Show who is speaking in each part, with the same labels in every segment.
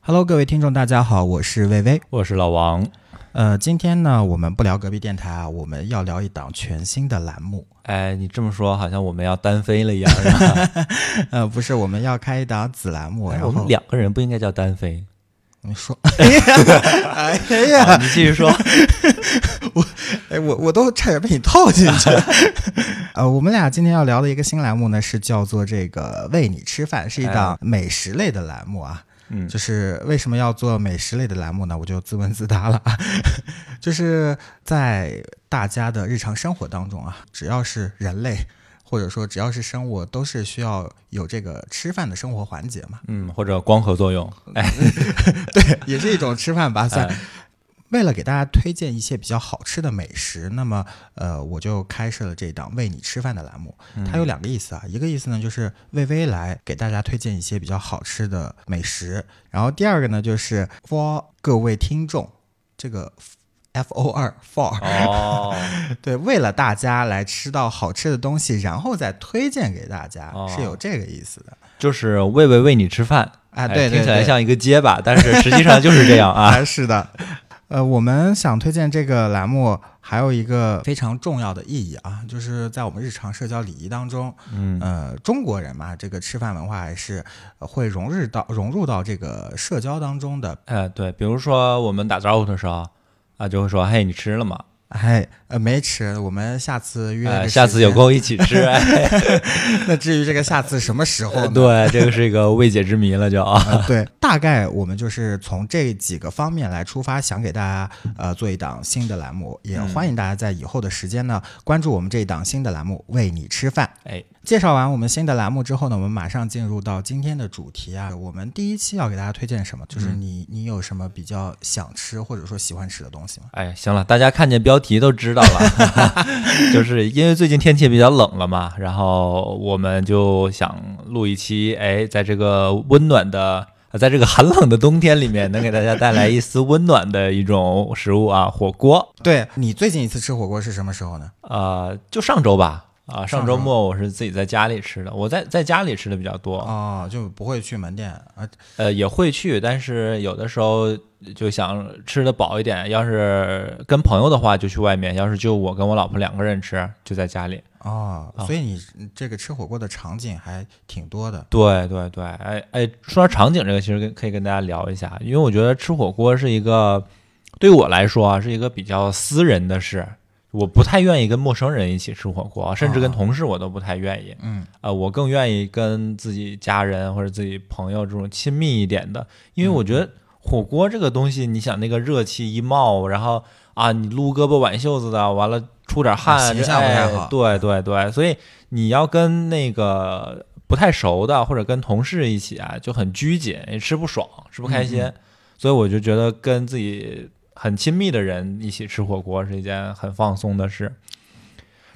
Speaker 1: Hello，各位听众，大家好，我是薇薇。
Speaker 2: 我是老王。
Speaker 1: 呃，今天呢，我们不聊隔壁电台啊，我们要聊一档全新的栏目。
Speaker 2: 哎，你这么说好像我们要单飞 了一样，是吧？
Speaker 1: 呃，不是，我们要开一档子栏目，然
Speaker 2: 哎我
Speaker 1: 后
Speaker 2: 们两个人不应该叫单 飞。
Speaker 1: 你说， 哎呀，
Speaker 2: 好你继续说。
Speaker 1: 哎，我我都差点被你套进去。 呃，我们俩今天要聊的一个新栏目呢，是叫做这个“喂你吃饭”，是一档美食类的栏目啊。
Speaker 2: 嗯
Speaker 1: 就是为什么要做美食类的栏目呢？我就自问自答了 啊，就是在大家的日常生活当中啊，只要是人类，或者说只要是生活，都是需要有这个吃饭的生活环节嘛。
Speaker 2: 嗯，或者光合作用。哎，
Speaker 1: 对， 也是一种吃饭吧，算
Speaker 2: 哎。
Speaker 1: 为了给大家推荐一些比较好吃的美食，那么呃，我就开设了这档“为你吃饭”的栏目。
Speaker 2: 嗯
Speaker 1: 它有两个意思啊，一个意思呢就是薇薇来给大家推荐一些比较好吃的美食，然后第二个呢就是 for 各位听众，这个 f o 二 for
Speaker 2: 哦，
Speaker 1: 对，为了大家来吃到好吃的东西，然后再推荐给大家，
Speaker 2: 哦
Speaker 1: 是有这个意思的。
Speaker 2: 就是喂喂喂你吃饭。哎
Speaker 1: 啊对对
Speaker 2: 听起来
Speaker 1: 对
Speaker 2: 像一个结巴，但是实际上就是这样 啊。
Speaker 1: 哎，是的。呃，我们想推荐这个栏目，还有一个非常重要的意义啊，就是在我们日常社交礼仪当中，
Speaker 2: 嗯，
Speaker 1: 呃，中国人嘛，这个吃饭文化还是呃会融入到融入到这个社交当中的。
Speaker 2: 哎，对，比如说我们打招呼的时候啊，就会说：“嘿，你吃了吗
Speaker 1: 哎，呃，没吃，我们下次？”约、
Speaker 2: 哎，下次有。空一起吃。 哎，
Speaker 1: 那至于这个下次什么时候呢？
Speaker 2: 对，这个是一个未解之谜了，就啊。
Speaker 1: 呃，对，大概我们就是从这几个方面来出发，想给大家呃做一档新的栏目，
Speaker 2: 嗯
Speaker 1: 也欢迎大家在以后的时间呢关注我们这一档新的栏目“为你吃饭”。
Speaker 2: 哎，
Speaker 1: 介绍完我们新的栏目之后呢，我们马上进入到今天的主题啊。我们第一期要给大家推荐什么？就是你你有什么比较想吃或者说喜欢吃的东西吗？
Speaker 2: 哎，行了，大家看见标题都知道了， 就是因为最近天气比较冷了嘛，然后我们就想录一期，哎，在这个温暖的，呃在这个寒冷的冬天里面，能给大家带来一丝温暖的一种食物啊，火锅。
Speaker 1: 对你最近一次吃火锅是什么时候呢？
Speaker 2: 呃，就上周吧，啊、上
Speaker 1: 上
Speaker 2: 周
Speaker 1: 周
Speaker 2: 末我是自己在家里吃的，我在在家里吃的比较多，
Speaker 1: 哦，就不会去门店啊。
Speaker 2: 呃，也会去，但是有的时候就想吃的饱一点。要是跟朋友的话，就去外面；要是就我跟我老婆两个人吃，就在家里。
Speaker 1: 哦
Speaker 2: 哦，
Speaker 1: 所以你这个吃火锅的场景还挺多的。
Speaker 2: 对对对，哎哎，说到场景这个，其实跟可以跟大家聊一下，因为我觉得吃火锅是一个对我来说啊，是一个比较私人的事。我不太愿意跟陌生人一起吃火锅，甚至跟
Speaker 1: 啊
Speaker 2: 同事我都不太愿意。
Speaker 1: 嗯，
Speaker 2: 呃，我更愿意跟自己家人或者自己朋友这种亲密一点的，因为我觉得
Speaker 1: 嗯
Speaker 2: 火锅这个东西，你想那个热气一冒，然后啊，你撸胳膊挽袖子的，完了出点汗，
Speaker 1: 啊形
Speaker 2: 这
Speaker 1: 象不太
Speaker 2: 哎
Speaker 1: 好
Speaker 2: 对对对，所以你要跟那个不太熟的或者跟同事一起啊，就很拘谨，也吃不爽，吃不开心，所以我就觉得跟自己很亲密的人一起吃火锅是一件很放松的事。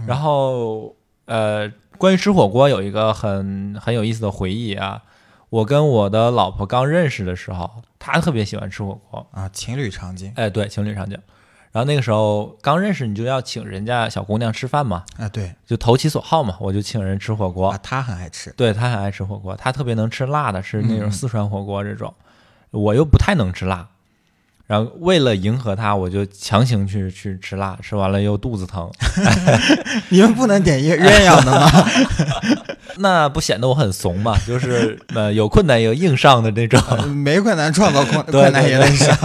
Speaker 2: 然后呃，关于吃火锅有一个很很有意思的回忆啊。我跟我的老婆刚认识的时候，她特别喜欢吃火锅，
Speaker 1: 啊，情侣场景
Speaker 2: 哎，对，情侣场景。然后那个时候刚认识，你就要请人家小姑娘吃饭嘛，
Speaker 1: 啊，对
Speaker 2: 就投其所好嘛，我就请人吃火锅
Speaker 1: 啊，。他很爱 吃。
Speaker 2: 对她很爱吃火锅，她特别能吃辣的，吃那种四川火锅这种，我又不太能吃辣。然后为了迎合她，我就强行去去吃辣，吃完了又肚子疼，
Speaker 1: 你们不能点鸳鸳鸯的吗？
Speaker 2: 那不显得我很怂嘛？就是呃，有困难也有硬上的那种。
Speaker 1: 呃没困难创造困
Speaker 2: 对
Speaker 1: 困难
Speaker 2: 对
Speaker 1: 也得上。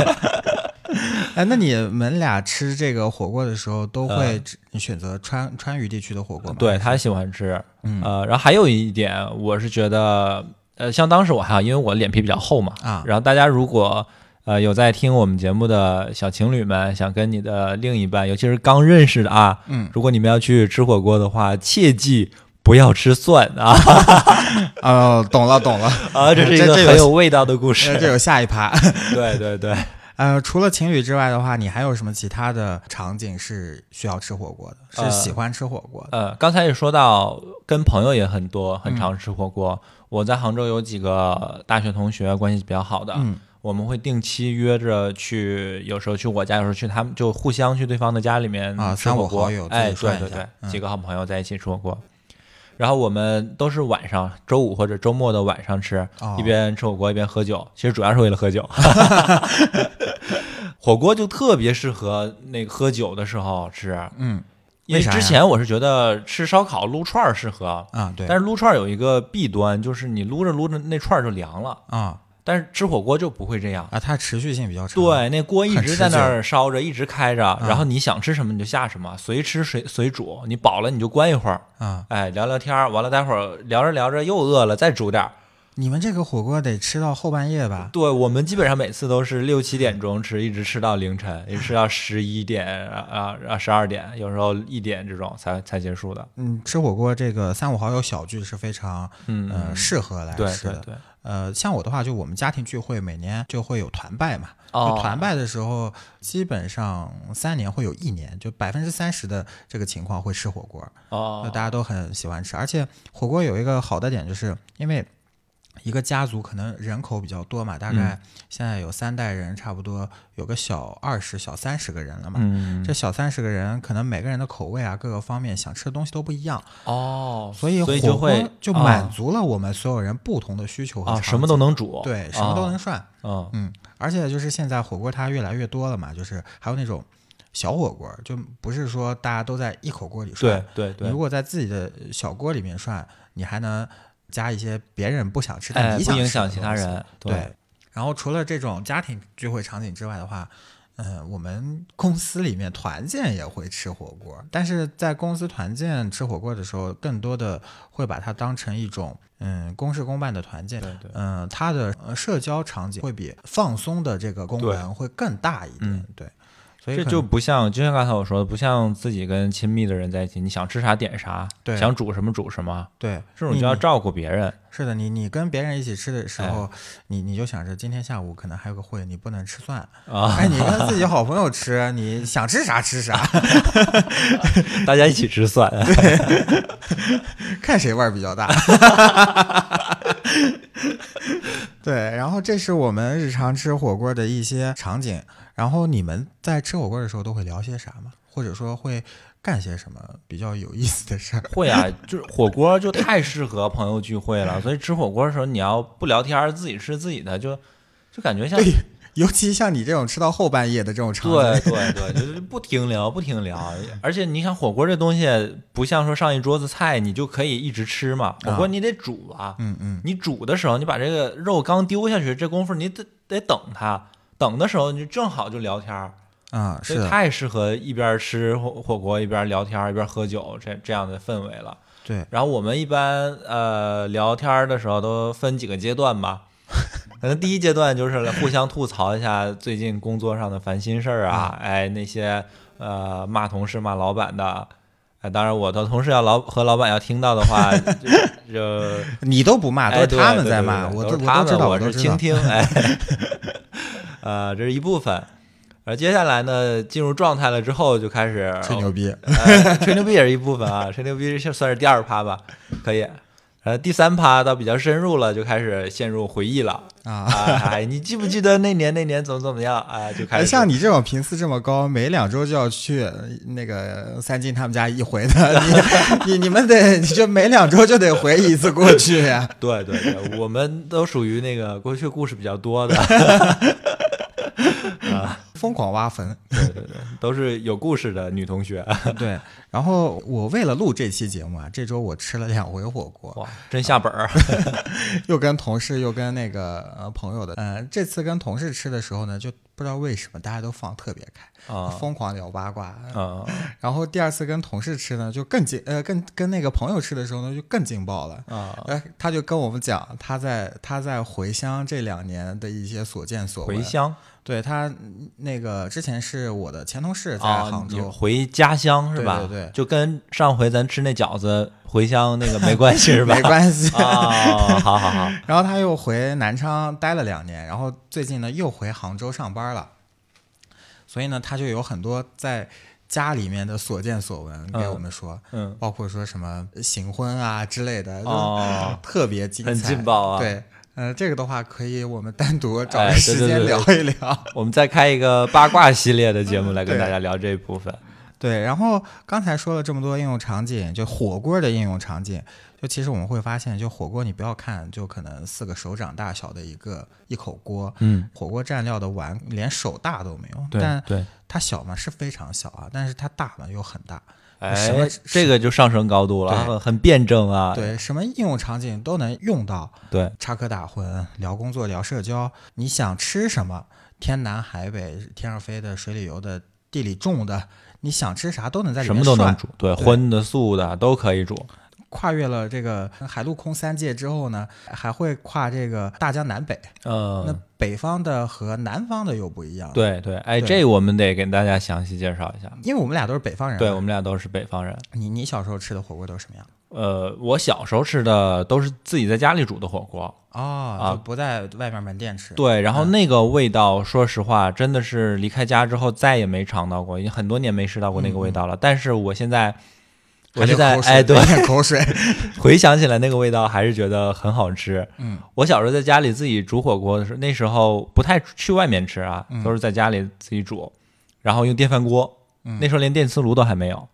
Speaker 1: 哎，那你们俩吃这个火锅的时候，都会只你选择川川渝地区的火锅吗？
Speaker 2: 嗯对他喜欢吃，呃，然后还有一点，我是觉得，呃，像当时我哈，因为我脸皮比较厚嘛，
Speaker 1: 啊
Speaker 2: 然后大家如果呃有在听我们节目的小情侣们，想跟你的另一半，尤其是刚认识的啊，
Speaker 1: 嗯，
Speaker 2: 如果你们要去吃火锅的话，切记。不要吃蒜啊！
Speaker 1: 哦，懂了 懂了，
Speaker 2: 啊，这是一
Speaker 1: 这
Speaker 2: 个
Speaker 1: 这有
Speaker 2: 很有味道的故
Speaker 1: 呃这
Speaker 2: 事。
Speaker 1: 有下一趴。
Speaker 2: 对对对，
Speaker 1: 呃，除了情侣之外的话，你还有什么其他的场景是需要吃火锅的？
Speaker 2: 呃
Speaker 1: 是喜欢吃火锅的？
Speaker 2: 呃，刚才也说到，跟朋友也很多，很常吃火锅。我在杭州有几个大学同学关系比较好的，
Speaker 1: 嗯
Speaker 2: 我们会定期约着去，有时候去我家，有时候去他们，就互相去对方的家里面
Speaker 1: 啊
Speaker 2: 吃火
Speaker 1: 三五
Speaker 2: 锅。
Speaker 1: 好友自己
Speaker 2: 哎，
Speaker 1: 涮
Speaker 2: 对
Speaker 1: 一
Speaker 2: 对
Speaker 1: 下
Speaker 2: 对，
Speaker 1: 嗯
Speaker 2: 几个好朋友在一起吃火锅。然后我们都是晚上，周五或者周末的晚上吃，
Speaker 1: 哦
Speaker 2: 一边吃火锅一边喝酒，其实主要是为了 喝酒。火锅就特别适合那个喝酒的时候吃，
Speaker 1: 嗯
Speaker 2: 因为
Speaker 1: 为啥呀
Speaker 2: 之前我是觉得吃烧烤撸串儿适合，
Speaker 1: 啊，对，
Speaker 2: 但是撸串儿有一个弊端，就是你撸着撸着那串儿就凉了，
Speaker 1: 啊
Speaker 2: 但是吃火锅就不会这样。
Speaker 1: 啊，它持续性比较长。，
Speaker 2: 对，那锅一
Speaker 1: 很
Speaker 2: 直
Speaker 1: 持
Speaker 2: 在那
Speaker 1: 久啊
Speaker 2: 儿烧着，一直开着，然后你想吃什么你就下什么，随吃随随煮，你饱了你就关一会儿，
Speaker 1: 啊，
Speaker 2: 哎，聊聊天儿，完了待会儿聊着聊着又饿了，再煮点儿。
Speaker 1: 你们这个火锅得吃到后半夜吧？
Speaker 2: 对我们基本上每次都是六七点钟吃，一直吃到凌晨，一直吃到十一点啊啊十二点，有时候一点这种才才结束的。
Speaker 1: 嗯，吃火锅这个三五好友小聚是非常
Speaker 2: 嗯，
Speaker 1: 呃适合来
Speaker 2: 对
Speaker 1: 吃
Speaker 2: 对
Speaker 1: 的。
Speaker 2: 对，
Speaker 1: 呃，像我的话，就我们家庭聚会每年就会有团拜嘛。
Speaker 2: 哦
Speaker 1: 就团拜的时候，基本上三年会有一年，就百分之三十的这个情况会吃火锅，那
Speaker 2: 哦
Speaker 1: 大家都很喜欢吃。而且火锅有一个好的点，就是因为一个家族可能人口比较多嘛，大
Speaker 2: 嗯
Speaker 1: 概现在有三代人，差不多有个小二十、小三十个人了嘛。
Speaker 2: 嗯
Speaker 1: 这小三十个人，可能每个人的口味啊，各个方面想吃的东西都不一样，
Speaker 2: 哦，
Speaker 1: 所以
Speaker 2: 所
Speaker 1: 火
Speaker 2: 以就
Speaker 1: 锅
Speaker 2: 会哦
Speaker 1: 就满足了我们所有人不同的需求和
Speaker 2: 啊
Speaker 1: 场
Speaker 2: 什么都能煮，
Speaker 1: 景对，什么都
Speaker 2: 啊
Speaker 1: 能涮。
Speaker 2: 嗯
Speaker 1: 嗯，而且就是现在火锅它越来越多了嘛，就是还有那种小火锅，就不是说大家都在一口锅里涮
Speaker 2: 对。对
Speaker 1: 你
Speaker 2: 对
Speaker 1: 如，果在自己的小锅里面涮，你还能加一些别人不想吃但
Speaker 2: 哎，
Speaker 1: 你
Speaker 2: 不
Speaker 1: 想
Speaker 2: 影
Speaker 1: 吃的
Speaker 2: 响其他
Speaker 1: 东西。
Speaker 2: 人，
Speaker 1: 对。然后除了这种家庭聚会场景之外的话，嗯、我们公司里面团建也会吃火锅，但是在公司团建吃火锅的时候，更多的会把它当成一种嗯公事公办的团建。
Speaker 2: 对对
Speaker 1: 嗯，它的呃社交场景会比放松的这个功
Speaker 2: 对
Speaker 1: 能会更大一点
Speaker 2: 嗯，
Speaker 1: 对，所以
Speaker 2: 这
Speaker 1: 可
Speaker 2: 就
Speaker 1: 能
Speaker 2: 不像，就像刚才我说的，不像自己跟亲密的人在一起，你想吃啥点啥，
Speaker 1: 对
Speaker 2: 想煮什么煮什么，
Speaker 1: 对
Speaker 2: 这种
Speaker 1: 你
Speaker 2: 就要
Speaker 1: 你
Speaker 2: 照顾别人。
Speaker 1: 是的，你你跟别人一起吃的时候，
Speaker 2: 哎
Speaker 1: 你你就想着今天下午可能还有个会，你不能吃蒜
Speaker 2: 啊
Speaker 1: 哎，你跟自己好朋友吃，你想吃啥吃啥，
Speaker 2: 大家一起吃蒜，
Speaker 1: 看谁味儿比较大。对，然后这是我们日常吃火锅的一些场景。然后你们在吃火锅的时候都会聊些啥吗？或者说会干些什么比较有意思的事儿？
Speaker 2: 会啊，就是火锅就太适合朋友聚会了，所以吃火锅的时候你要不聊天儿，自己吃自己的，就就感觉像
Speaker 1: 对，尤其像你这种吃到后半夜的这种场景，
Speaker 2: 对对对，就是不停聊，不停聊。而且你想火锅这东西，不像说上一桌子菜你就可以一直吃嘛，火锅你得煮啊。
Speaker 1: 嗯嗯，
Speaker 2: 你煮的时候，你把这个肉刚丢下去，这功夫你得得等它。等的时候，你就正好就聊天儿，
Speaker 1: 啊、是
Speaker 2: 所以
Speaker 1: 的，
Speaker 2: 太适合一边吃火火锅一边聊天儿一边喝酒这这样的氛围了。
Speaker 1: 对，
Speaker 2: 然后我们一般呃聊天儿的时候都分几个阶 段吧，可能第一阶段就是互相吐槽一下最近工作上的烦心事儿啊，
Speaker 1: 嗯
Speaker 2: 哎那些呃骂同事骂老板的，哎当然我的同事要老和老板要听到的 话就就
Speaker 1: 你都不骂，啊都
Speaker 2: 哎
Speaker 1: 是
Speaker 2: 对
Speaker 1: 他
Speaker 2: 对
Speaker 1: 们
Speaker 2: 对
Speaker 1: 在
Speaker 2: 对
Speaker 1: 骂，
Speaker 2: 对
Speaker 1: 我
Speaker 2: 都
Speaker 1: 都
Speaker 2: 是他
Speaker 1: 我都知
Speaker 2: 们
Speaker 1: 道，
Speaker 2: 我
Speaker 1: 都
Speaker 2: 是
Speaker 1: 知道
Speaker 2: 倾。听，哎， 呃这是一部分。而接下来呢，进入状态了之后就开始
Speaker 1: 吹牛逼，
Speaker 2: 呃，吹牛逼也是一部分啊， 吹牛逼是算是第二趴吧，可以。呃，第三趴到比较深入了，就开始陷入回忆了
Speaker 1: 啊
Speaker 2: 哎，你记不记得那年那年怎么怎么样啊、就开
Speaker 1: 哎，
Speaker 2: 始
Speaker 1: 像你这种频次这么高，每两周就要去那个三金他们家一回的，你你你们得就每两周就得回一次过去呀、
Speaker 2: 对对对，我们都属于那个过去故事比较 多的，
Speaker 1: 疯狂挖 坟。
Speaker 2: 对对对，都是有故事的女同学，
Speaker 1: 对，然后我为了录这期节目啊，这周我吃了两回火锅，
Speaker 2: 哇，真 下本儿，
Speaker 1: 又跟同事又跟那个呃朋友的。呃，这次跟同事吃的时候呢，就不知道为什么大家都放特别开，
Speaker 2: 啊
Speaker 1: 疯狂聊八卦。
Speaker 2: 啊
Speaker 1: 然后第二次跟同事吃呢，就更劲，呃，跟跟那个朋友吃的时候呢，就更劲爆了。
Speaker 2: 啊！
Speaker 1: 哎，他就跟我们讲他在他在回乡这两年的一些所见所闻。
Speaker 2: 回，乡
Speaker 1: 对他嗯那个之前是我的前同事在
Speaker 2: 啊
Speaker 1: 杭，
Speaker 2: 你
Speaker 1: 州，
Speaker 2: 回家乡是吧？
Speaker 1: 对对对
Speaker 2: 就跟上回咱吃那饺子回乡那个没关系是吧？
Speaker 1: 没关系。
Speaker 2: 啊，好好好，
Speaker 1: 然后他又回南昌待了两年，然后最近呢又回杭州上班了，所以呢他就有很多在家里面的所见所闻给
Speaker 2: 嗯
Speaker 1: 我们说，
Speaker 2: 嗯，
Speaker 1: 包括说什么行婚啊之类的，
Speaker 2: 哦，
Speaker 1: 特别精彩，
Speaker 2: 很劲爆啊
Speaker 1: 对，呃，这个的话可以我们单独找
Speaker 2: 哎
Speaker 1: 个
Speaker 2: 对
Speaker 1: 时
Speaker 2: 对
Speaker 1: 间
Speaker 2: 对
Speaker 1: 聊一聊。
Speaker 2: 我们再开一个八卦系列的节目来跟
Speaker 1: 对
Speaker 2: 大家聊这一部分。
Speaker 1: 对，然后刚才说了这么多应用场景，就火锅的应用场景，就其实我们会发现，就火锅你不要看，就可能四个手掌大小的一个一口锅，
Speaker 2: 嗯，
Speaker 1: 火锅蘸料的碗连手大都没有，
Speaker 2: 对
Speaker 1: 但
Speaker 2: 对，
Speaker 1: 它小嘛是非常小啊，但是它大嘛又很大，什么
Speaker 2: 哎，这个就上升高度了，
Speaker 1: 对
Speaker 2: 很很辩证啊，
Speaker 1: 对，什么应用场景都能用到，
Speaker 2: 对
Speaker 1: 插科打诨，聊工作，聊社交，你想吃什么，天南海北，天上飞的，水里游的，地里种的，你想吃啥都能在里
Speaker 2: 什
Speaker 1: 面
Speaker 2: 么都能
Speaker 1: 涮
Speaker 2: 煮，对，
Speaker 1: 对
Speaker 2: 荤的、素的都可以煮，
Speaker 1: 跨越了这个海陆空三界之后呢，还会跨这个大江南北。那
Speaker 2: 嗯，
Speaker 1: 北方的和南方的又不一样，，
Speaker 2: 对对，哎，
Speaker 1: 对
Speaker 2: 这我们得给大家详细介绍一下。
Speaker 1: 因为我们俩都是北方人嘛。啊
Speaker 2: 对我们俩都是北方人，
Speaker 1: 你你小时候吃的火锅都是什么样？
Speaker 2: 呃，我小时候吃的都是自己在家里煮的火锅，
Speaker 1: 哦，就不在外面门店吃。，
Speaker 2: 啊对，然后那个味道，说实话，真的是离开家之后再也没尝到过，已经很多年没吃到
Speaker 1: 嗯
Speaker 2: 过那个味道了。但是我现在，我现在哎，对，，
Speaker 1: 口水。
Speaker 2: 回想起来那个味道，还是觉得很好吃。
Speaker 1: 嗯，
Speaker 2: 我小时候在家里自己煮火锅的时候，那时候不太去外面吃啊，都是在家里自己煮，然后用电饭锅。
Speaker 1: 嗯
Speaker 2: 那时候连电磁炉都还没有，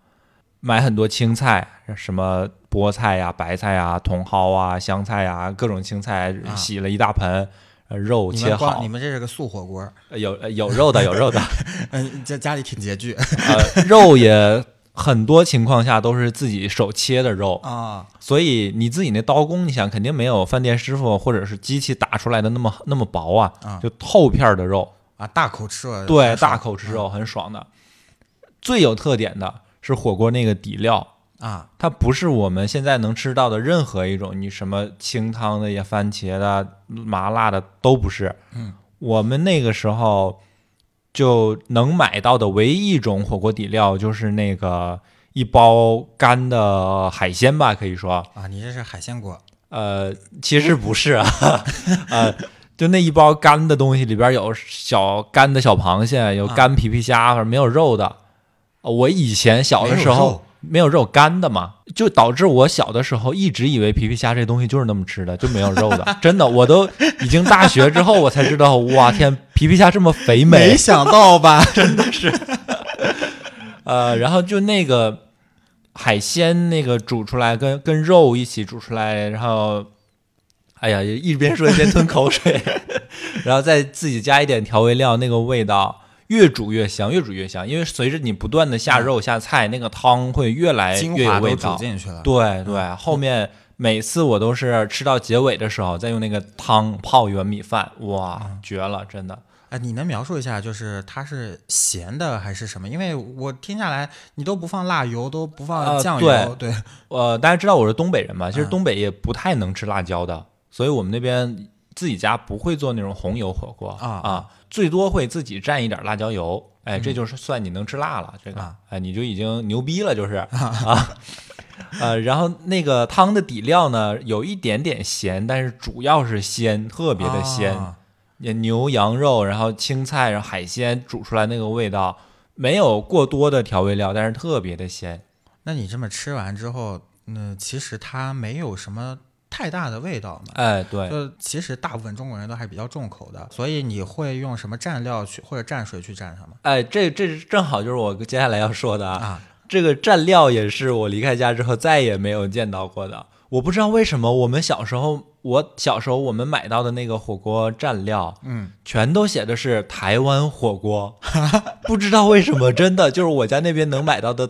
Speaker 2: 买很多青菜，什么菠菜呀、白菜呀、茼蒿啊、香菜呀，各种青菜
Speaker 1: 啊
Speaker 2: 洗了一大盆，呃肉
Speaker 1: 你
Speaker 2: 切
Speaker 1: 们光
Speaker 2: 好
Speaker 1: 你，们这是个素火锅，
Speaker 2: 有呃有肉的，有肉的，
Speaker 1: 嗯，家家里挺拮据
Speaker 2: 呃， 肉也很多情况下都是自己手切的肉，
Speaker 1: 啊。
Speaker 2: 所以你自己那刀工，你想肯定没有饭店师傅或者是机器打出来的那么那么薄啊
Speaker 1: 啊，
Speaker 2: 就透片儿的肉，
Speaker 1: 啊，大口吃了，
Speaker 2: 对，
Speaker 1: 很爽嗯
Speaker 2: 大口吃肉很爽的。最有特点的是火锅那个底料，
Speaker 1: 啊，
Speaker 2: 它不是我们现在能吃到的任何一种，你什么清汤的呀、番茄的、麻辣的都不是。
Speaker 1: 嗯，
Speaker 2: 我们那个时候就能买到的唯一一种火锅底料就是那个一包干的海鲜吧，可以说，
Speaker 1: 啊，你这是海鲜锅
Speaker 2: 呃，其实不是啊， 呃，就那一包干的东西里边有小干的小螃蟹，有
Speaker 1: 啊
Speaker 2: 干皮皮虾，反正没有肉的。呃我以前小的
Speaker 1: 没有
Speaker 2: 时候
Speaker 1: 肉
Speaker 2: 没有肉干的嘛，就导致我小的时候一直以为皮皮虾这东西就是那么吃的，就没有肉的。 真的，我都已经大学之后我才知道，哇天，皮皮虾这么肥美，
Speaker 1: 想到吧？
Speaker 2: 呃，然后就那个海鲜那个煮出来，跟跟肉一起煮出来，然后，哎呀，一边说一边吞口水， 然后再自己加一点调味料，那个味道越煮越香，越煮越香，因为随着你不断的下肉下菜，那个汤会越来
Speaker 1: 精
Speaker 2: 哎越有
Speaker 1: 华
Speaker 2: 味
Speaker 1: 都煮
Speaker 2: 道。
Speaker 1: 进嗯去了，
Speaker 2: 对对，后面每次我都是吃到结尾的时候，再用那个汤泡一碗米饭，哇，绝了，真的。
Speaker 1: 哎，你能描述一下，就是它是咸的还是什么？因为我听下来，你都不放辣油，都不放
Speaker 2: 呃
Speaker 1: 酱油，
Speaker 2: 对
Speaker 1: 对
Speaker 2: 呃，大家知道我是东北人嘛，其实
Speaker 1: 嗯
Speaker 2: 东北也不太能吃辣椒的，所以我们那边自己家不会做那种红油火锅
Speaker 1: 啊
Speaker 2: 最多会自己蘸一点辣椒油。哎，这就是算你能吃辣了，这个、
Speaker 1: 啊
Speaker 2: 哎你就已经牛逼了，就是 啊。呃，然后那个汤的底料呢，有一点点咸，但是主要是鲜，特别的鲜。
Speaker 1: 啊
Speaker 2: 也牛羊肉，然后青菜，然后海鲜煮出来那个味道，没有过多的调味料，但是特别的鲜。
Speaker 1: 那你这么吃完之后，那、其实它没有什么太大的味道嘛。
Speaker 2: 哎，对，
Speaker 1: 就其实大部分中国人都还比较重口的，所以你会用什么蘸料去或者蘸水去蘸它吗？
Speaker 2: 哎，这这是正好就是我接下来要说的啊。
Speaker 1: 啊，
Speaker 2: 这个蘸料也是我离开家之后再也没有见到过的。我不知道为什么，我们小时候，我小时候我们买到的那个火锅蘸料，
Speaker 1: 嗯，
Speaker 2: 全都写的是台湾火锅， 不知道为什么，真的就是我家那边能买到的，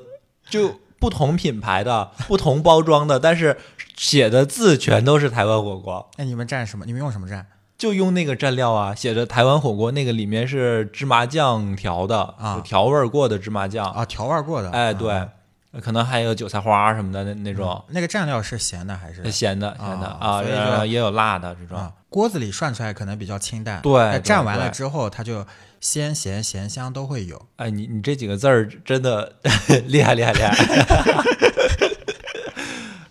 Speaker 2: 就不同品牌的、不同包装的，但是写的字全都是台湾火锅。
Speaker 1: 那你们蘸什么？你们用什么蘸？
Speaker 2: 就用那个蘸料啊，写着台湾火锅，那个里面是芝麻酱调的
Speaker 1: 啊
Speaker 2: 就调味儿过的芝麻酱。
Speaker 1: 啊，调味儿过的。
Speaker 2: 哎，
Speaker 1: 啊
Speaker 2: 对，可能还有韭菜花什么的那那种
Speaker 1: 嗯
Speaker 2: 呃
Speaker 1: 那个蘸料是咸的还是
Speaker 2: 咸的咸的
Speaker 1: 啊
Speaker 2: 啊，
Speaker 1: 所以
Speaker 2: 然
Speaker 1: 就
Speaker 2: 后也有辣的这种。
Speaker 1: 啊？锅子里涮出来可能比较清淡，
Speaker 2: 对
Speaker 1: 哎
Speaker 2: 对
Speaker 1: 蘸完了
Speaker 2: 对
Speaker 1: 之后，它就鲜咸咸香都会有。
Speaker 2: 哎，你你这几个字儿真的 厉害厉害厉 害。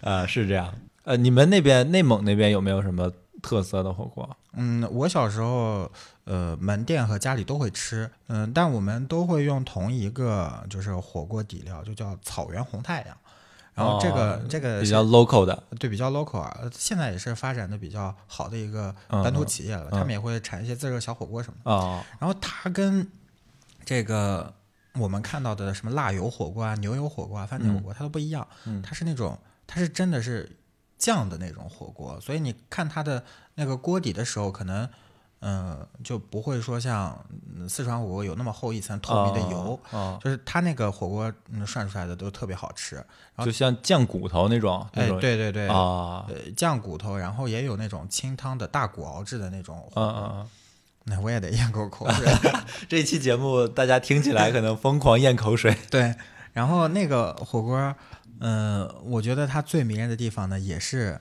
Speaker 2: 呃，是这样。呃，你们那边内蒙那边有没有什么特色的火锅？
Speaker 1: 嗯，我小时候，呃，门店和家里都会吃，嗯、但我们都会用同一个就是火锅底料，就叫草原红太阳。然后这个、
Speaker 2: 哦
Speaker 1: 这个
Speaker 2: 比
Speaker 1: 是
Speaker 2: 较 local 的
Speaker 1: 对比较 local 啊，呃现在也是发展的比较好的一个
Speaker 2: 嗯
Speaker 1: 本土
Speaker 2: 嗯
Speaker 1: 企业了，啊
Speaker 2: 嗯啊
Speaker 1: 他们也会产一些自热小火锅什么的。
Speaker 2: 哦
Speaker 1: 然后它跟这个我们看到的什么辣油火锅啊、牛油火锅啊、番茄火锅，它都不一样。
Speaker 2: 嗯
Speaker 1: 它是那种，它是真的是酱的那种火锅，所以你看它的那个锅底的时候，可能嗯、呃就不会说像嗯四川火锅有那么厚一层透明的油，
Speaker 2: 哦，
Speaker 1: 就是它那个火锅嗯涮出来的都特别好吃。
Speaker 2: 哦就像酱骨头那种，那
Speaker 1: 哎，
Speaker 2: 种
Speaker 1: 对对对，
Speaker 2: 啊，
Speaker 1: 呃，酱骨头，然后也有那种清汤的大骨熬制的那种，
Speaker 2: 嗯嗯嗯。
Speaker 1: 那我也得咽口口水。
Speaker 2: 这期节目大家听起来可能疯狂咽口水，
Speaker 1: 对，然后那个火锅，嗯、我觉得它最迷人的地方呢，也是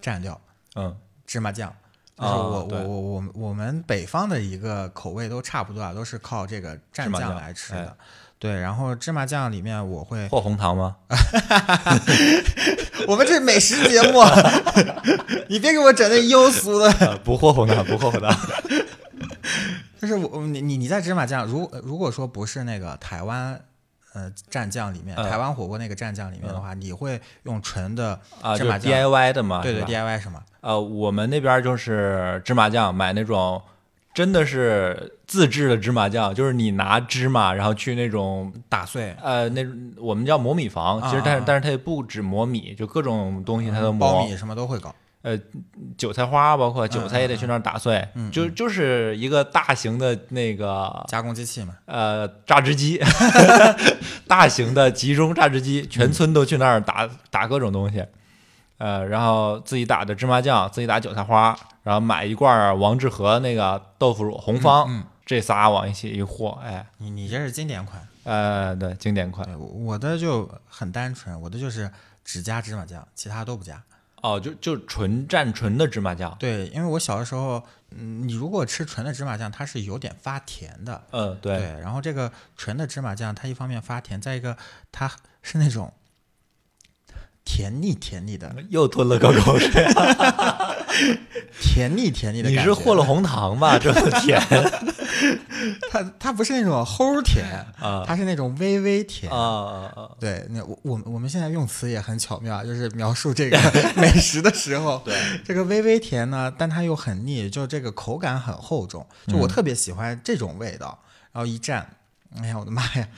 Speaker 1: 蘸料
Speaker 2: 嗯，
Speaker 1: 芝麻酱，就是
Speaker 2: 啊
Speaker 1: 我、我
Speaker 2: 对
Speaker 1: 我我我们北方的一个口味都差不多啊，都是靠这个
Speaker 2: 芝
Speaker 1: 蘸
Speaker 2: 麻
Speaker 1: 酱
Speaker 2: 酱
Speaker 1: 来吃
Speaker 2: 哎
Speaker 1: 的。对，然后芝麻酱里面我会，
Speaker 2: 或红糖吗？
Speaker 1: 我们这是美食节目，啊 你别给我整那庸俗的。
Speaker 2: 呃，不和红糖，不和红糖。
Speaker 1: 就是我你你你在芝麻酱，如如果说不是那个台湾呃蘸酱里面，
Speaker 2: 嗯
Speaker 1: 台湾火锅那个蘸酱里面的话，你会用纯的
Speaker 2: 啊，
Speaker 1: 芝
Speaker 2: 就
Speaker 1: 麻
Speaker 2: 是
Speaker 1: 酱
Speaker 2: DIY 的嘛，
Speaker 1: 对对
Speaker 2: 是吧
Speaker 1: DIY 什么？
Speaker 2: 呃，我们那边就是芝麻酱，买那种真的是自制的芝麻酱，就是你拿芝麻，然后去那种
Speaker 1: 打碎
Speaker 2: 呃，那种我们叫磨米房，其实
Speaker 1: 啊
Speaker 2: 但
Speaker 1: 啊嗯
Speaker 2: 是但是它也不止磨米，就各种东西它都
Speaker 1: 苞
Speaker 2: 磨，
Speaker 1: 米什么都啊会搞，
Speaker 2: 韭菜花包括韭菜也得去那儿打碎，就就是一个大型的那个
Speaker 1: 加工机器嘛。
Speaker 2: 呃榨汁机， 大型的集中榨汁机，全村都去那儿打打各种东西，呃，然后自己打的芝麻酱，自己打韭菜花，然后买一罐儿王致和那个豆腐乳红方，
Speaker 1: 嗯，
Speaker 2: 这仨往一起一和，哎，
Speaker 1: 你你这是经典款，
Speaker 2: 呃，对，经典款
Speaker 1: 对，我我的就很单纯，我的就是只加芝麻酱，其他都不加。
Speaker 2: 哦，就就纯蘸纯的芝麻酱，
Speaker 1: 对，因为我小的时候，嗯，你如果吃纯的芝麻酱，它是有点发甜的，
Speaker 2: 嗯，对，
Speaker 1: 对，然后这个纯的芝麻酱，它一方面发甜，再一个它是那种甜腻甜腻的，
Speaker 2: 又吞了个口水，
Speaker 1: 甜腻甜腻的
Speaker 2: 你
Speaker 1: 感
Speaker 2: 是
Speaker 1: 觉。
Speaker 2: 和了红糖吧？这么甜
Speaker 1: 它它不是那种齁甜，
Speaker 2: 啊
Speaker 1: 它是那种微微甜。
Speaker 2: 啊啊啊！
Speaker 1: 对，那我我们我们现在用词也很巧妙啊，就是描述 这个美食的时候，对这个微微甜呢，但它又很腻，就这个口感很厚重，就我特别喜欢这种味道。然后一蘸，哎呀，我的妈呀，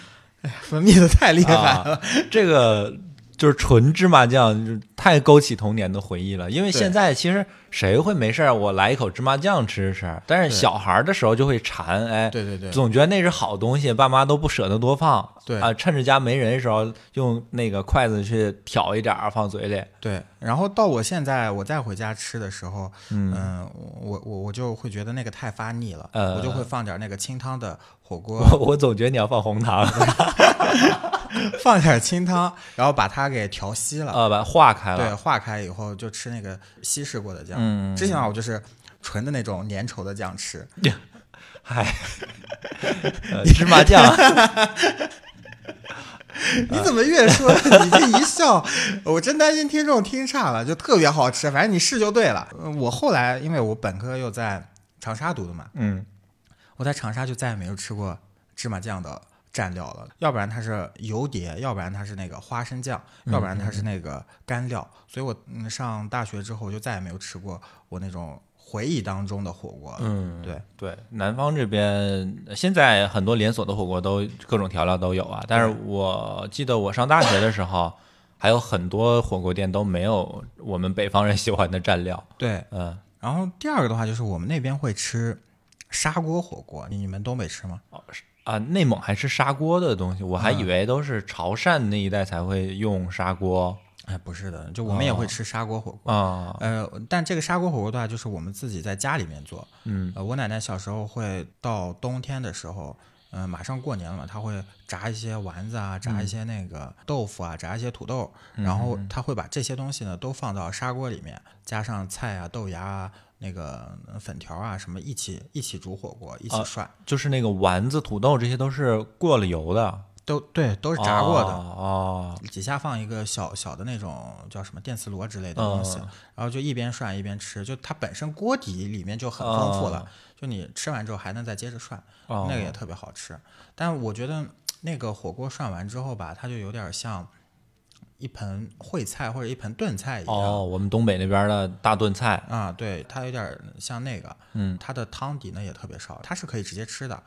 Speaker 1: 哎呀分泌的太厉害了。
Speaker 2: 啊、 这个就是纯芝麻酱，就是太勾起童年的回忆了。因为
Speaker 1: 对
Speaker 2: 现在其实谁会没事儿我来一口芝麻酱吃吃？但是
Speaker 1: 对
Speaker 2: 小孩儿的时候就会馋，哎，
Speaker 1: 对对对，
Speaker 2: 总觉得那是好东西，爸妈都不舍得多放。
Speaker 1: 对
Speaker 2: 啊，趁着家没人的时候，用那个筷子去挑一点儿放嘴里。
Speaker 1: 对，然后到我现在我再回家吃的时候，嗯，
Speaker 2: 嗯，
Speaker 1: 我我我就会觉得那个太发腻了，
Speaker 2: 呃
Speaker 1: 我就会放点那个清汤的火锅，
Speaker 2: 我我总觉得你要放 红糖，
Speaker 1: 放点清汤，然后把它给调稀了，
Speaker 2: 呃，把它化开
Speaker 1: 对，
Speaker 2: 了。
Speaker 1: 化开以后就吃那个稀释过的酱。
Speaker 2: 嗯
Speaker 1: 之前啊，我就是纯的那种粘稠的酱吃，
Speaker 2: 嗨，哎 呃芝麻 酱。嗯
Speaker 1: 你怎么越 说你这一笑，我真担心听众听差了，就特别好吃，反正你试就对了。呃我后来因为我本科又在长沙读的嘛，
Speaker 2: 嗯，
Speaker 1: 我在长沙就再也没有吃过芝麻酱的蘸料了，要不然它是油碟，要不然它是那个花生酱，要不然它是
Speaker 2: 嗯
Speaker 1: 那个干料。所以我嗯上大学之后就再也没有吃过我那种回忆当中的火锅了。
Speaker 2: 嗯
Speaker 1: 对
Speaker 2: 对，南方这边呃现在很多连锁的火锅都各种调料都有啊，但是我记得我上大学的时候，还有很多火锅店都没有我们北方人喜欢的蘸料。
Speaker 1: 对，
Speaker 2: 嗯，
Speaker 1: 然后第二个的话就是我们那边会吃砂锅火锅，你你们东北吃吗？
Speaker 2: 啊，内蒙还吃砂锅的东西，我
Speaker 1: 嗯
Speaker 2: 还以为都是潮汕那一带才会用砂锅
Speaker 1: 哎，不是的，就我们也会吃砂锅火锅。
Speaker 2: 啊。
Speaker 1: 呃，但这个砂锅火锅的话，就是我们自己在家里面做。
Speaker 2: 嗯，
Speaker 1: 呃，我奶奶小时候会到冬天的时候，嗯、马上过年了嘛，她会炸一些丸子啊，炸一些那个豆腐啊，炸一些土豆，然后她会把这些东西呢都放到砂锅里面，加上菜啊、豆芽啊、那个呃粉条啊什么一起一起煮火锅，一起
Speaker 2: 啊
Speaker 1: 涮，
Speaker 2: 就是那个丸子、土豆这些都是过了油的，
Speaker 1: 都对，都是炸过的。
Speaker 2: 哦。哦
Speaker 1: 底下放一个小小的那种叫什么电磁炉之类的东西，
Speaker 2: 嗯
Speaker 1: 然后就一边涮一边吃，就它本身锅底里面就很丰富了，就你吃完之后还能再接着涮，
Speaker 2: 嗯哦
Speaker 1: 那个也特别好吃。但我觉得那个火锅涮完之后吧，它就有点像一盆烩菜或者一盆炖菜一样。
Speaker 2: 哦，我们东北那边的大炖菜，
Speaker 1: 啊，对，它有点像那个，
Speaker 2: 嗯，
Speaker 1: 它的汤底呢也特别少，它是可以直接吃的，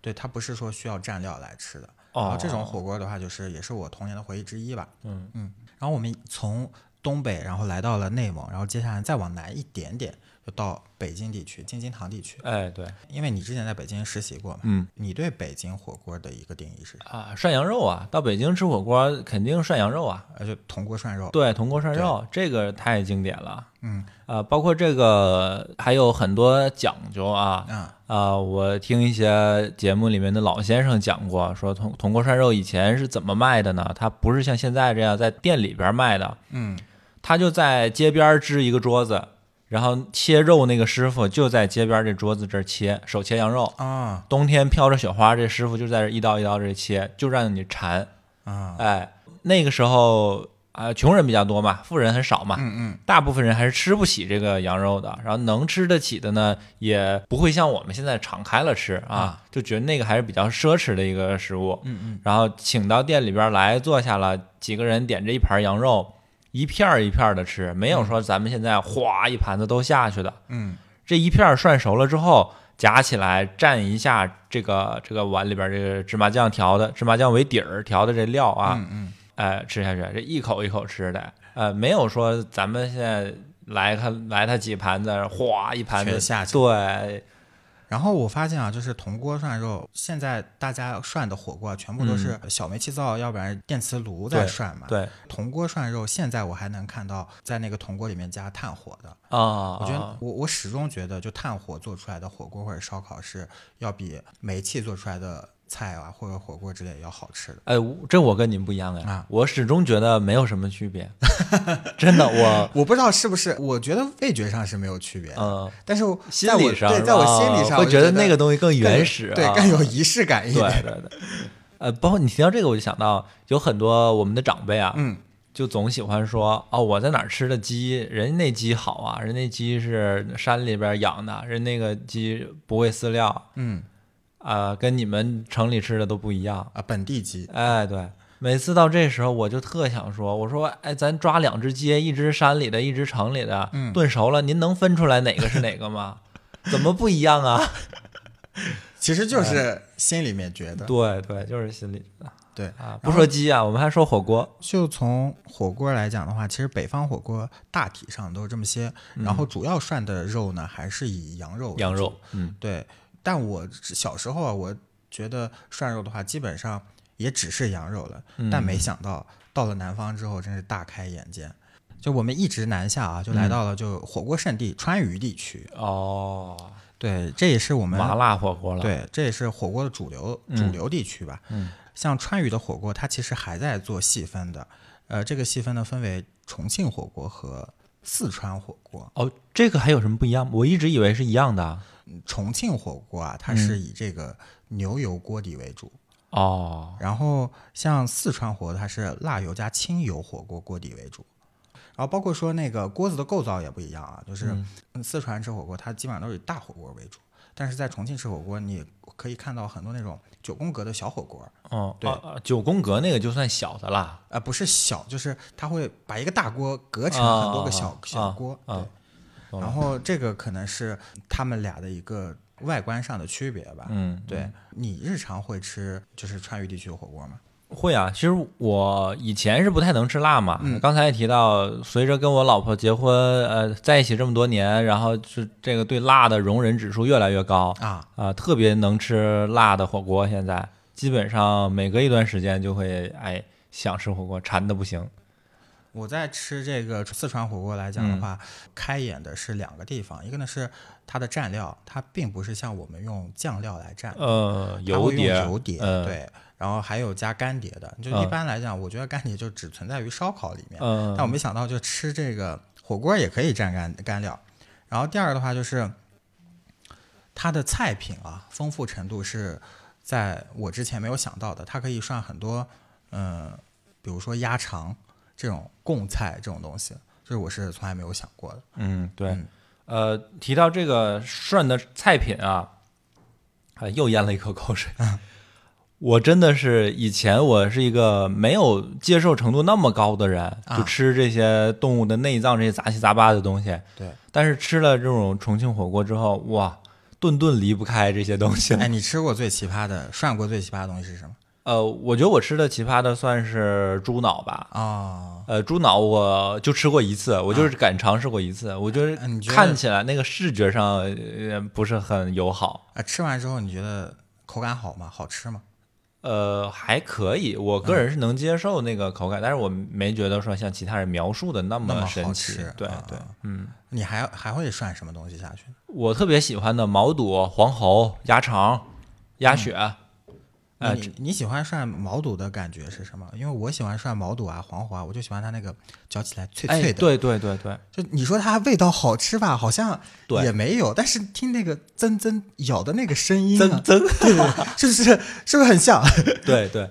Speaker 1: 对，它不是说需要蘸料来吃的。然后，
Speaker 2: 哦
Speaker 1: 啊这种火锅的话，就是也是我童年的回忆之一吧。
Speaker 2: 嗯
Speaker 1: 嗯。然后我们从东北，然后来到了内蒙，然后接下来再往南一点点，就到北京地区、京津唐地区。
Speaker 2: 哎对，
Speaker 1: 因为你之前在北京实习过嘛，
Speaker 2: 嗯
Speaker 1: 你对北京火锅的一个定义是啥？
Speaker 2: 啊，涮羊肉啊，到北京吃火锅肯定涮羊肉啊，
Speaker 1: 而且呃铜锅涮肉，
Speaker 2: 对，铜锅涮肉这个太经典了。
Speaker 1: 嗯
Speaker 2: 啊，包括这个还有很多讲究啊
Speaker 1: 嗯
Speaker 2: 啊！我听一些节目里面的老先生讲过，说铜铜锅涮肉以前是怎么卖的呢？它不是像现在这样在店里边卖的，
Speaker 1: 嗯，
Speaker 2: 他就在街边支一个桌子，然后切肉那个师傅就在街边这桌子这儿切，手切羊肉。
Speaker 1: 啊
Speaker 2: 冬天飘着雪花，这师傅就在这一刀一刀这切，就让你馋。
Speaker 1: 啊，
Speaker 2: 哎，那个时候啊、穷人比较多嘛，富人很少嘛，
Speaker 1: 嗯
Speaker 2: 大部分人还是吃不起这个羊肉的，然后能吃得起的呢，也不会像我们现在敞开了吃啊，就觉得那个还是比较奢侈的一个食物
Speaker 1: 嗯。嗯
Speaker 2: 然后请到店里边来，坐下了，几个人点着一盘羊肉，一片儿一片儿的吃，没有说咱们现在哗一盘子都下去的。
Speaker 1: 嗯
Speaker 2: 这一片儿涮熟了之后，夹起来蘸一下这个这个碗里边这个芝麻酱调的，芝麻酱为底儿调的这料
Speaker 1: 嗯
Speaker 2: 啊，
Speaker 1: 嗯嗯，
Speaker 2: 哎，吃下去，这一口一口吃的，呃，没有说咱们现在来他来他几盘子，哗一盘子
Speaker 1: 全下去
Speaker 2: 对，
Speaker 1: 然后我发现啊，就是铜锅涮肉，现在大家涮的火锅啊，全部都是小煤气灶，要不然电磁炉在
Speaker 2: 嗯对
Speaker 1: 涮嘛。
Speaker 2: 对
Speaker 1: 铜锅涮肉，现在我还能看到在那个铜锅里面加炭火的。
Speaker 2: 啊，
Speaker 1: 我觉得我我始终觉得，就炭火做出来的火锅或者烧烤是要比煤气做出来的菜啊或者火锅之类要好吃的。
Speaker 2: 哎，我这我跟你们不一样哎，
Speaker 1: 啊
Speaker 2: 我始终觉得没有什么区别，真 的，我，
Speaker 1: 我不知道是不是，我觉得味觉上是没有区别的，
Speaker 2: 嗯、
Speaker 1: 但是我
Speaker 2: 心
Speaker 1: 在我
Speaker 2: 理上
Speaker 1: 对，在我心理
Speaker 2: 啊
Speaker 1: 上我
Speaker 2: 会
Speaker 1: 就觉
Speaker 2: 觉得那个东西更
Speaker 1: 更有
Speaker 2: 原始、啊，
Speaker 1: 对，更有仪式感一
Speaker 2: 对
Speaker 1: 点。
Speaker 2: 对对， 呃，包括你提到这个，我就想到有很多我们的长辈啊，
Speaker 1: 嗯，
Speaker 2: 就总喜欢说哦，我在哪儿吃的鸡，人家那鸡好啊，人那鸡是山里边养的，人那个鸡不喂饲料
Speaker 1: 嗯
Speaker 2: 啊、跟你们城里吃的都不一样。
Speaker 1: 啊，本地鸡，
Speaker 2: 哎，对，每次到这时候我就特想说，我说哎，咱抓两只鸡，一只山里的，一只城里的，
Speaker 1: 嗯
Speaker 2: 炖熟了，您能分出来哪个是哪个吗？怎么不一样啊？
Speaker 1: 其实就是心里面觉得。
Speaker 2: 哎对对，就是心里的
Speaker 1: 对，
Speaker 2: 啊，不说鸡啊，我们还说火锅。
Speaker 1: 就从火锅来讲的话，其实北方火锅大体上都是这么些，然后主要涮的肉呢还是以羊肉为主
Speaker 2: 嗯羊肉，嗯，
Speaker 1: 对，但我小时候啊，我觉得涮肉的话，基本上也只是羊肉了。
Speaker 2: 嗯
Speaker 1: 但没想到到了南方之后，真是大开眼界。就我们一直南下啊，就
Speaker 2: 嗯
Speaker 1: 来到了就火锅圣地川渝地区。
Speaker 2: 哦，
Speaker 1: 对，这也是我们
Speaker 2: 麻辣火锅了，，
Speaker 1: 对，这也是火锅的主流主流地区吧。
Speaker 2: 嗯，
Speaker 1: 像川渝的火锅，它其实还在做细分的。呃，这个细分呢分为重庆火锅和四川火锅。
Speaker 2: 哦，这个还有什么不一样？我一直以为是一样的啊。
Speaker 1: 嗯重庆火锅啊，它是以这个牛油锅底为主，
Speaker 2: 哦，
Speaker 1: 然后像四川火锅，它是辣油加清油火锅锅底为主。然后包括说那个锅子的构造也不一样啊，就是嗯四川吃火锅，它基本上都是以大火锅为主，但是在重庆吃火锅，你可以看到很多那种九宫格的小火锅，
Speaker 2: 哦，
Speaker 1: 对
Speaker 2: 哦，哦九宫格那个就算小的啦。
Speaker 1: 呃，不是小，就是它会把一个大锅隔成很多个小、
Speaker 2: 啊
Speaker 1: 小锅，
Speaker 2: 啊啊
Speaker 1: 对。然后这个可能是他们俩的一个外观上的区别吧。
Speaker 2: 嗯，
Speaker 1: 对你日常会吃就是川渝地区的火锅吗？
Speaker 2: 会啊。其实我以前是不太能吃辣嘛。刚才也提到，随着跟我老婆结婚，呃，在一起这么多年，然后就这个对辣的容忍指数越来越高
Speaker 1: 啊，
Speaker 2: 啊、特别能吃辣的火锅。现在基本上每隔一段时间就会哎想吃火锅，馋的不行。
Speaker 1: 我在吃这个四川火锅来讲
Speaker 2: 嗯
Speaker 1: 的话，开眼的是两个地方，一个呢是它的蘸料，它并不是像我们用酱料来蘸，
Speaker 2: 呃，
Speaker 1: 它
Speaker 2: 油
Speaker 1: 会用
Speaker 2: 碟，
Speaker 1: 油碟，
Speaker 2: 嗯，
Speaker 1: 对，然后还有加干碟的。就一
Speaker 2: 嗯
Speaker 1: 般来讲，我觉得干碟就只存在于烧烤里面，
Speaker 2: 嗯，
Speaker 1: 但我没想到，就吃这个火锅也可以蘸干干料。然后第二个的话就是，它的菜品啊，丰富程度是在我之前没有想到的。它可以涮很多，嗯、比如说鸭肠这种贡菜这种东西，这是我是从来没有想过的。
Speaker 2: 嗯，对
Speaker 1: 嗯，
Speaker 2: 呃，提到这个涮的菜品啊，啊，又咽了一口口水。
Speaker 1: 嗯
Speaker 2: 我真的是以前我是一个没有接受程度那么高的人，就
Speaker 1: 啊
Speaker 2: 吃这些动物的内脏这些杂七杂八的东西。
Speaker 1: 对，
Speaker 2: 但是吃了这种重庆火锅之后，哇，顿顿离不开这些东西了。
Speaker 1: 哎，你吃过最奇葩的、涮过最奇葩的东西是什么？
Speaker 2: 呃，我觉得我吃的奇葩的算是猪脑吧。
Speaker 1: 哦，
Speaker 2: 呃，猪脑我就吃过一次，我就是敢尝试过一次，我就是
Speaker 1: 哎啊你觉得
Speaker 2: 看起来那个视觉上呃不是很友好，
Speaker 1: 啊，吃完之后你觉得口感好吗？好吃吗？
Speaker 2: 呃，还可以，我
Speaker 1: 嗯
Speaker 2: 个人是能接受那个口感，但是我没觉得说像其他人描述的那
Speaker 1: 那么
Speaker 2: 神
Speaker 1: 好
Speaker 2: 奇
Speaker 1: 吃，。
Speaker 2: 对
Speaker 1: 啊
Speaker 2: 对，
Speaker 1: 啊
Speaker 2: 嗯，
Speaker 1: 你还还会涮什么东西下去？
Speaker 2: 我特别喜欢的毛肚、黄喉、鸭肠、
Speaker 1: 嗯
Speaker 2: 鸭血，
Speaker 1: 那
Speaker 2: 呃
Speaker 1: 你你喜欢涮毛肚的感觉是什么？因为我喜欢涮毛肚啊、黄花，我就喜欢它那个嚼起来脆脆的。
Speaker 2: 哎，对对对对，
Speaker 1: 就你说它味道好吃吧，好像
Speaker 2: 对
Speaker 1: 也没有，但是听那个滋滋咬的那个声音、
Speaker 2: 增
Speaker 1: 啊，
Speaker 2: 增，
Speaker 1: 对对对，是不是是不是很像？
Speaker 2: 对对，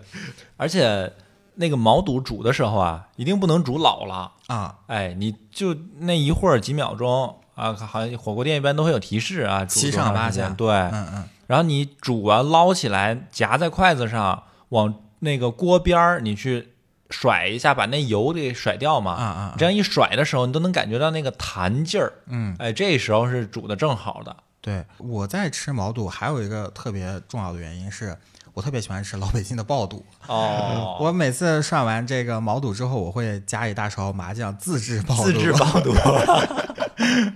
Speaker 2: 而且那个毛肚煮的时候啊，一定不能煮老了，
Speaker 1: 啊，
Speaker 2: 哎，你就那一会儿几秒钟啊，好像火锅店一般都会有提示啊，煮
Speaker 1: 七
Speaker 2: 多长
Speaker 1: 上八
Speaker 2: 时间
Speaker 1: 下
Speaker 2: 对，
Speaker 1: 嗯嗯，
Speaker 2: 然后你煮完捞起来，夹在筷子上，往那个锅边儿你去甩一下，把那油给甩掉嘛。
Speaker 1: 啊啊啊
Speaker 2: 你这样一甩的时候，你都能感觉到那个弹劲儿。
Speaker 1: 嗯，
Speaker 2: 哎，这时候是煮的正 好的。
Speaker 1: 对，我在吃毛肚还有一个特别重要的原因是。我特别喜欢吃老北京的爆肚，
Speaker 2: 哦，
Speaker 1: 我每次涮完这个毛肚之后，我会加一大勺麻酱自制爆肚，
Speaker 2: 自制爆肚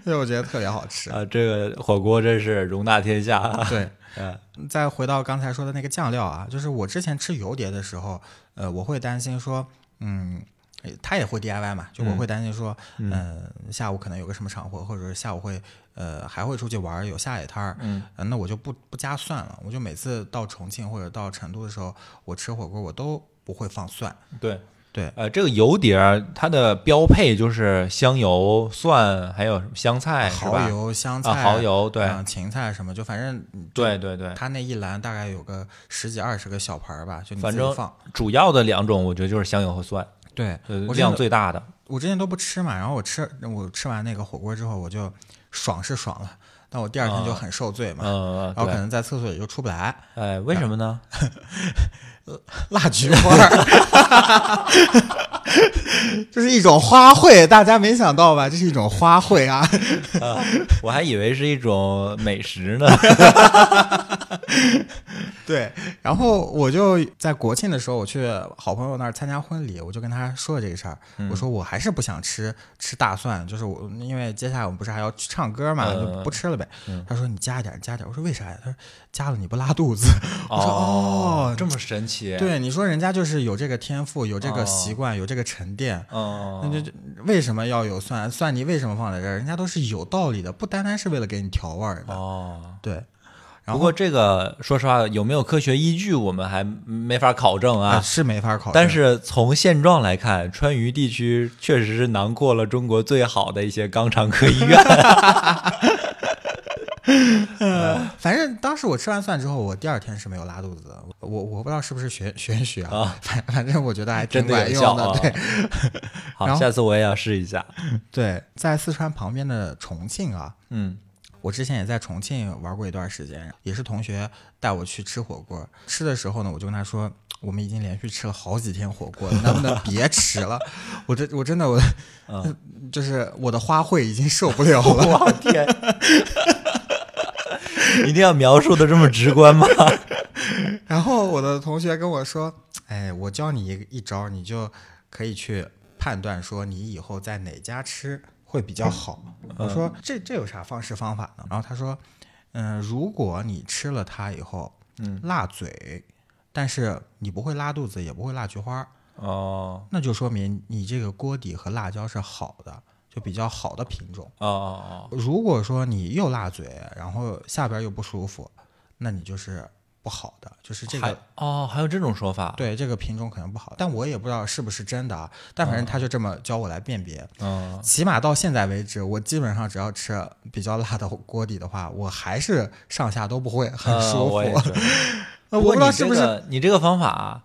Speaker 1: 所以我觉得特别好吃。
Speaker 2: 啊，这个火锅真是容纳天下。
Speaker 1: 对，
Speaker 2: 嗯，
Speaker 1: 再回到刚才说的那个酱料啊，就是我之前吃油碟的时候，呃，我会担心说，嗯，呃他也会 DIY 嘛，就我会担心说，嗯、下午可能有个什么场合，或者是下午会，呃，还会出去玩儿，有下野摊儿，
Speaker 2: 嗯
Speaker 1: 呃那我就不不加蒜了，我就每次到重庆或者到成都的时候，我吃火锅我都不会放蒜，
Speaker 2: 对。
Speaker 1: 对，
Speaker 2: 呃，这个油碟儿它的标配就是香油、蒜，还有什么香菜，是吧
Speaker 1: 蚝油、香菜、
Speaker 2: 啊，蚝油，对，
Speaker 1: 嗯芹菜什么，就反正嗯
Speaker 2: 对对对，
Speaker 1: 它那一篮大概有个十几二十个小盆儿吧，就你
Speaker 2: 反
Speaker 1: 自己
Speaker 2: 正
Speaker 1: 放，
Speaker 2: 主要的两种，我觉得就是香油和蒜，
Speaker 1: 对，
Speaker 2: 呃，
Speaker 1: 我真
Speaker 2: 量
Speaker 1: 的
Speaker 2: 最大的。
Speaker 1: 我之前都不吃嘛，然后我吃我吃完那个火锅之后，我就爽是爽了，但我第二天就很受罪嘛，
Speaker 2: 呃，
Speaker 1: 然后可
Speaker 2: 对，
Speaker 1: 能在厕所里就出不来，
Speaker 2: 哎，为什么 呢？
Speaker 1: 蜡菊花儿， 这是一种花卉，大家没想到吧？这是一种花卉啊，
Speaker 2: 呃我还以为是一种美食 呢。
Speaker 1: 对。然后我就在国庆的时候，我去好朋友那儿参加婚礼，我就跟他说了这个事儿，
Speaker 2: 嗯
Speaker 1: 我说我还是不想吃吃大蒜，就是我因为接下来我们不是还要去唱歌嘛，
Speaker 2: 嗯
Speaker 1: 就不吃了呗。他说你加一点，加一点。我说为啥呀？他说加了你不拉肚子。 我说哦
Speaker 2: 这么神奇。，
Speaker 1: 对，你说人家就是有这个天赋，有这个习
Speaker 2: 哦
Speaker 1: 惯，有这个沉淀。那
Speaker 2: 嗯，
Speaker 1: 就为什么要有蒜？蒜泥为什么放在这儿？人家都是有道理的，不单单是为了给你调味儿的。
Speaker 2: 哦。
Speaker 1: 对，然
Speaker 2: 不
Speaker 1: 后
Speaker 2: 过这个，说实话，有没有科学依据，我们还没法考 证
Speaker 1: 啊
Speaker 2: 啊。
Speaker 1: 是没法考证，
Speaker 2: 但是从现状来看，川渝地区确实是囊括了中国最好的一些肛肠科医院。
Speaker 1: 反正当时我吃完蒜之后，我第二天是没有拉肚子的。我我不知道是不是玄玄学啊
Speaker 2: 啊，
Speaker 1: 反、反正我觉得还挺
Speaker 2: 真的有
Speaker 1: 管用
Speaker 2: 效
Speaker 1: 的。
Speaker 2: 啊
Speaker 1: 对然
Speaker 2: 好，
Speaker 1: 后
Speaker 2: 下次我也要试一下。
Speaker 1: 对，在四川旁边的重庆啊，
Speaker 2: 嗯，
Speaker 1: 我之前也在重庆玩过一段时间，也是同学带我去吃火锅。吃的时候呢，我就跟他说，我们已经连续吃了好几天火锅了，能不能别吃了？ 我这我真的我，
Speaker 2: 嗯
Speaker 1: 就是我的花卉已经受不了了。
Speaker 2: 我 天，一定要描述的这么直观吗？
Speaker 1: 然后我的同学跟我说，哎，我教你一一招，你就可以去判断说你以后在哪家吃会比较好。我说
Speaker 2: 嗯
Speaker 1: 这这有啥方式方法呢？然后他说，嗯、如果你吃了它以后，
Speaker 2: 嗯，
Speaker 1: 辣嘴，但是你不会拉肚子，也不会辣菊花，
Speaker 2: 哦
Speaker 1: 那就说明你这个锅底和辣椒是好的，就比较好的品种。
Speaker 2: 哦哦，
Speaker 1: 如果说你又辣嘴，然后下边又不舒服，那你就是不好的，就是这个
Speaker 2: 还哦还有这种说法？
Speaker 1: 对这个品种可能不好，但我也不知道是不是真的啊。但反正他就这么教我来辨别，
Speaker 2: 嗯，
Speaker 1: 起码到现在为止，我基本上只要吃比较辣的锅底的话，我还是上下都不会很
Speaker 2: 嗯
Speaker 1: 舒服。
Speaker 2: 我也 觉得
Speaker 1: 呃
Speaker 2: 不
Speaker 1: 我
Speaker 2: 过
Speaker 1: 不知道
Speaker 2: 你
Speaker 1: 是
Speaker 2: 这
Speaker 1: 不是
Speaker 2: 个你这个方法。啊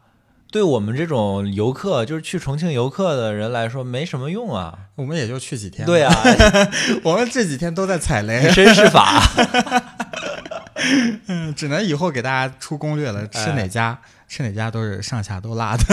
Speaker 2: 对我们这种游客，就是去重庆游客的人来说，没什么用啊。
Speaker 1: 我们也就去几天。
Speaker 2: 对
Speaker 1: 呀、
Speaker 2: 啊，
Speaker 1: 我们这几天都在踩
Speaker 2: 以
Speaker 1: 雷，
Speaker 2: 身试法。
Speaker 1: 嗯只能以后给大家出攻略了，吃哪
Speaker 2: 哎
Speaker 1: 家、吃哪家都是上下都辣的。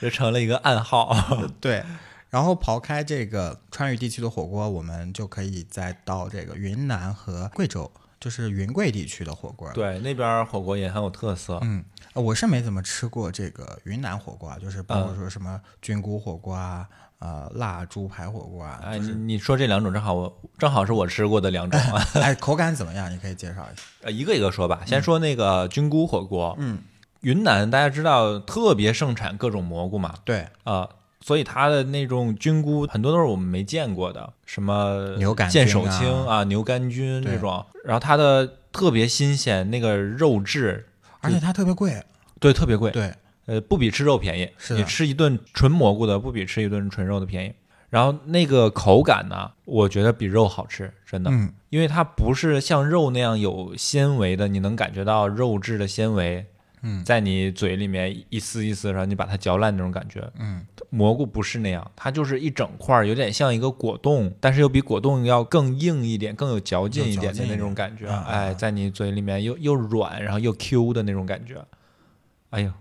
Speaker 2: 这成了一个暗号。嗯
Speaker 1: 对，然后刨开这个川渝地区的火锅，我们就可以再到这个云南和贵州，就是云贵地区的火锅。
Speaker 2: 对，那边儿火锅也很有特色。
Speaker 1: 嗯，呃我是没怎么吃过这个云南火锅啊，就是包
Speaker 2: 嗯
Speaker 1: 括说什么菌菇火锅啊，呃，辣猪排火锅啊，
Speaker 2: 哎，
Speaker 1: 就
Speaker 2: 你
Speaker 1: 是
Speaker 2: 你说这两种正好我正好是我吃过的两种 啊，
Speaker 1: 哎，口感怎么样？你可以介绍一下。
Speaker 2: 呃一个一个说吧。先说那个菌菇火锅，
Speaker 1: 嗯，
Speaker 2: 云南大家知道特别盛产各种蘑菇嘛，
Speaker 1: 对，
Speaker 2: 啊、所以它的那种菌菇很多都是我们没见过的，什么
Speaker 1: 牛肝菌啊
Speaker 2: 呃见手青啊、牛肝菌
Speaker 1: 对
Speaker 2: 这种。然后它的特别新鲜，那个肉质
Speaker 1: 而且它特别贵。
Speaker 2: 啊对特别贵，
Speaker 1: 对，
Speaker 2: 呃，不比吃肉便宜。
Speaker 1: 是的
Speaker 2: 你吃一顿纯蘑菇的，不比吃一顿纯肉的便宜。然后那个口感呢，我觉得比肉好吃，真的，
Speaker 1: 嗯，
Speaker 2: 因为它不是像肉那样有纤维的，你能感觉到肉质的纤维，
Speaker 1: 嗯
Speaker 2: 在你嘴里面一丝一丝地，然后你把它嚼烂那种感觉，
Speaker 1: 嗯，
Speaker 2: 蘑菇不是那样，它就是一整块儿，有点像一个果冻，但是又比果冻要更硬一点，更有嚼劲一点的那种感觉。
Speaker 1: 有嚼劲一点啊
Speaker 2: 哎，在你嘴里面又又软，然后又 Q 的那种感觉。哎呦，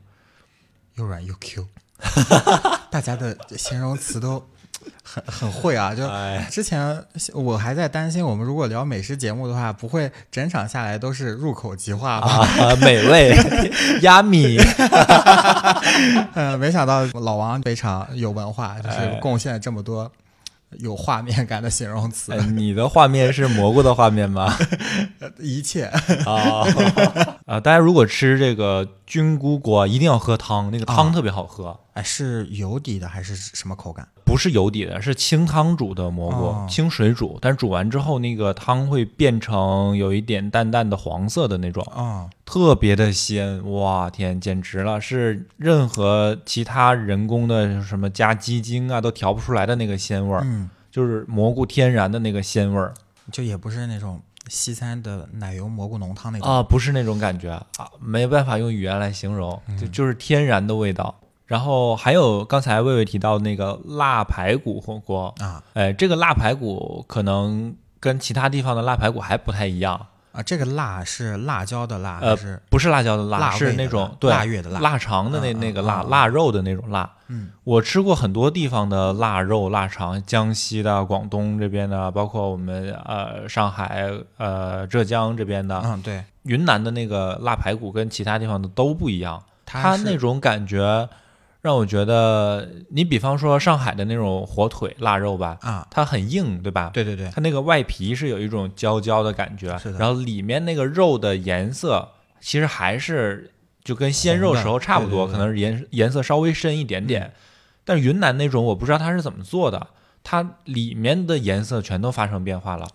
Speaker 1: 又软又 Q，大家的形容词都很很会啊，就
Speaker 2: 哎，
Speaker 1: 之前我还在担心，我们如果聊美食节目的话，不会整场下来都是入口即化吧？
Speaker 2: 啊，美 味，压米，
Speaker 1: 呃，没想到老王非常有文化，就是
Speaker 2: 哎
Speaker 1: 贡献这么多有画面感的形容词，
Speaker 2: 哎你的画面是蘑菇的画面吗？
Speaker 1: 一切哦
Speaker 2: 啊 啊！大家如果吃这个菌菇锅，一定要喝汤，那个汤特别好喝。
Speaker 1: 哎是油底的还是什么口感？
Speaker 2: 不是油底的，是清汤煮的蘑菇，
Speaker 1: 哦
Speaker 2: 清水煮，但煮完之后那个汤会变成有一点淡淡的黄色的那种，
Speaker 1: 哦，
Speaker 2: 特别的鲜，哇天，简直了，是任何其他人工的什么加鸡精啊都调不出来的那个鲜味儿，
Speaker 1: 嗯，
Speaker 2: 就是蘑菇天然的那个鲜味儿
Speaker 1: 就也不是那种西餐的奶油蘑菇浓汤那种。
Speaker 2: 啊，不是那种感觉啊，没办法用语言来形容，就
Speaker 1: 嗯
Speaker 2: 就是天然的味道。然后还有刚才魏魏提到那个辣排骨火锅，
Speaker 1: 啊
Speaker 2: 哎，这个腊排骨可能跟其他地方的腊排骨还不太一样，
Speaker 1: 啊！这个辣是辣椒的辣，还
Speaker 2: 呃
Speaker 1: 是
Speaker 2: 不是辣椒的辣，
Speaker 1: 辣味
Speaker 2: 是
Speaker 1: 的
Speaker 2: 那
Speaker 1: 辣
Speaker 2: 种对
Speaker 1: 腊月的腊
Speaker 2: 腊肠的那、
Speaker 1: 嗯
Speaker 2: 那个
Speaker 1: 嗯
Speaker 2: 腊、
Speaker 1: 嗯
Speaker 2: 腊肉的那种腊。
Speaker 1: 嗯，
Speaker 2: 我吃过很多地方的腊肉、腊肠，江西的、广东这边的，包括我们呃上海、呃浙江这边的、
Speaker 1: 嗯，对，
Speaker 2: 云南的那个腊排骨跟其他地方的都不一样，它
Speaker 1: 是
Speaker 2: 那种感觉让我觉得，你比方说上海的那种火腿腊肉吧，
Speaker 1: 啊，
Speaker 2: 它很硬，对吧？
Speaker 1: 对对对，
Speaker 2: 它那个外皮是有一种焦焦的感觉，
Speaker 1: 是的
Speaker 2: 然后里面那个肉的颜色其实还是就跟鲜肉
Speaker 1: 红的
Speaker 2: 时候差不多，
Speaker 1: 对对对嗯
Speaker 2: 可能是颜颜色稍微深一点点。但是云南那种我不知道它是怎么做的，它里面的颜色全都发生变化了，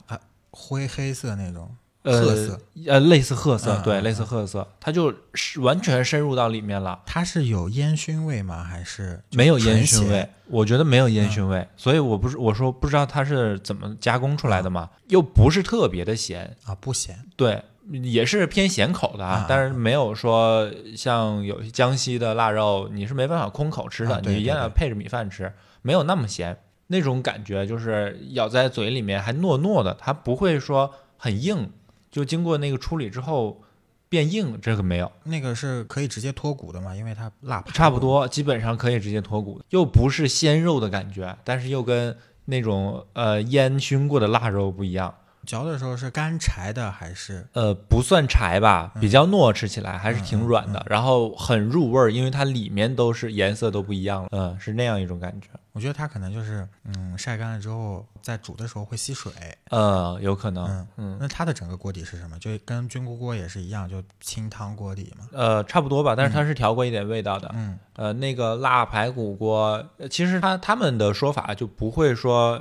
Speaker 1: 灰黑色那种，
Speaker 2: 呃
Speaker 1: 褐色，
Speaker 2: 呃，类似褐色，
Speaker 1: 嗯
Speaker 2: 对，
Speaker 1: 嗯
Speaker 2: 类似褐色，它就是完全深入到里面了。
Speaker 1: 它是有烟熏味吗？还是
Speaker 2: 没有烟熏
Speaker 1: 纯嗯
Speaker 2: 味
Speaker 1: 咸，
Speaker 2: 我觉得没有烟熏味，所以我不是我说不知道它是怎么加工出来的嘛，又不是特别的咸，
Speaker 1: 啊？不咸
Speaker 2: 对，也是偏咸口的啊
Speaker 1: 啊，
Speaker 2: 但是没有说像有些江西的腊肉，你是没办法空口吃的，
Speaker 1: 啊对
Speaker 2: 你一定要
Speaker 1: 对
Speaker 2: 配着米饭吃，没有那么咸，那种感觉就是咬在嘴里面还糯糯的，它不会说很硬，就经过那个处理之后变硬了，这个没有，
Speaker 1: 那个是可以直接脱骨的嘛？因为它辣排骨
Speaker 2: 差不多基本上可以直接脱骨，又不是鲜肉的感觉，但是又跟那种呃烟熏过的腊肉不一样。
Speaker 1: 嚼的时候是干柴的还是
Speaker 2: 呃，不算柴吧，比较糯，吃起来还是挺
Speaker 1: 嗯嗯嗯
Speaker 2: 软的，然后很入味儿，因为它里面都是颜色都不一样了，嗯，是那样一种感觉，
Speaker 1: 我觉得它可能就是嗯晒干了之后在煮的时候会吸水。
Speaker 2: 呃，有可能，
Speaker 1: 嗯
Speaker 2: 嗯，
Speaker 1: 那它的整个锅底是什么？就跟菌菇锅也是一样，就清汤锅底嘛。
Speaker 2: 呃，差不多吧，但是它是调过一点味道的，
Speaker 1: 嗯
Speaker 2: 呃，那个腊排骨锅，呃其实它他们的说法就不会说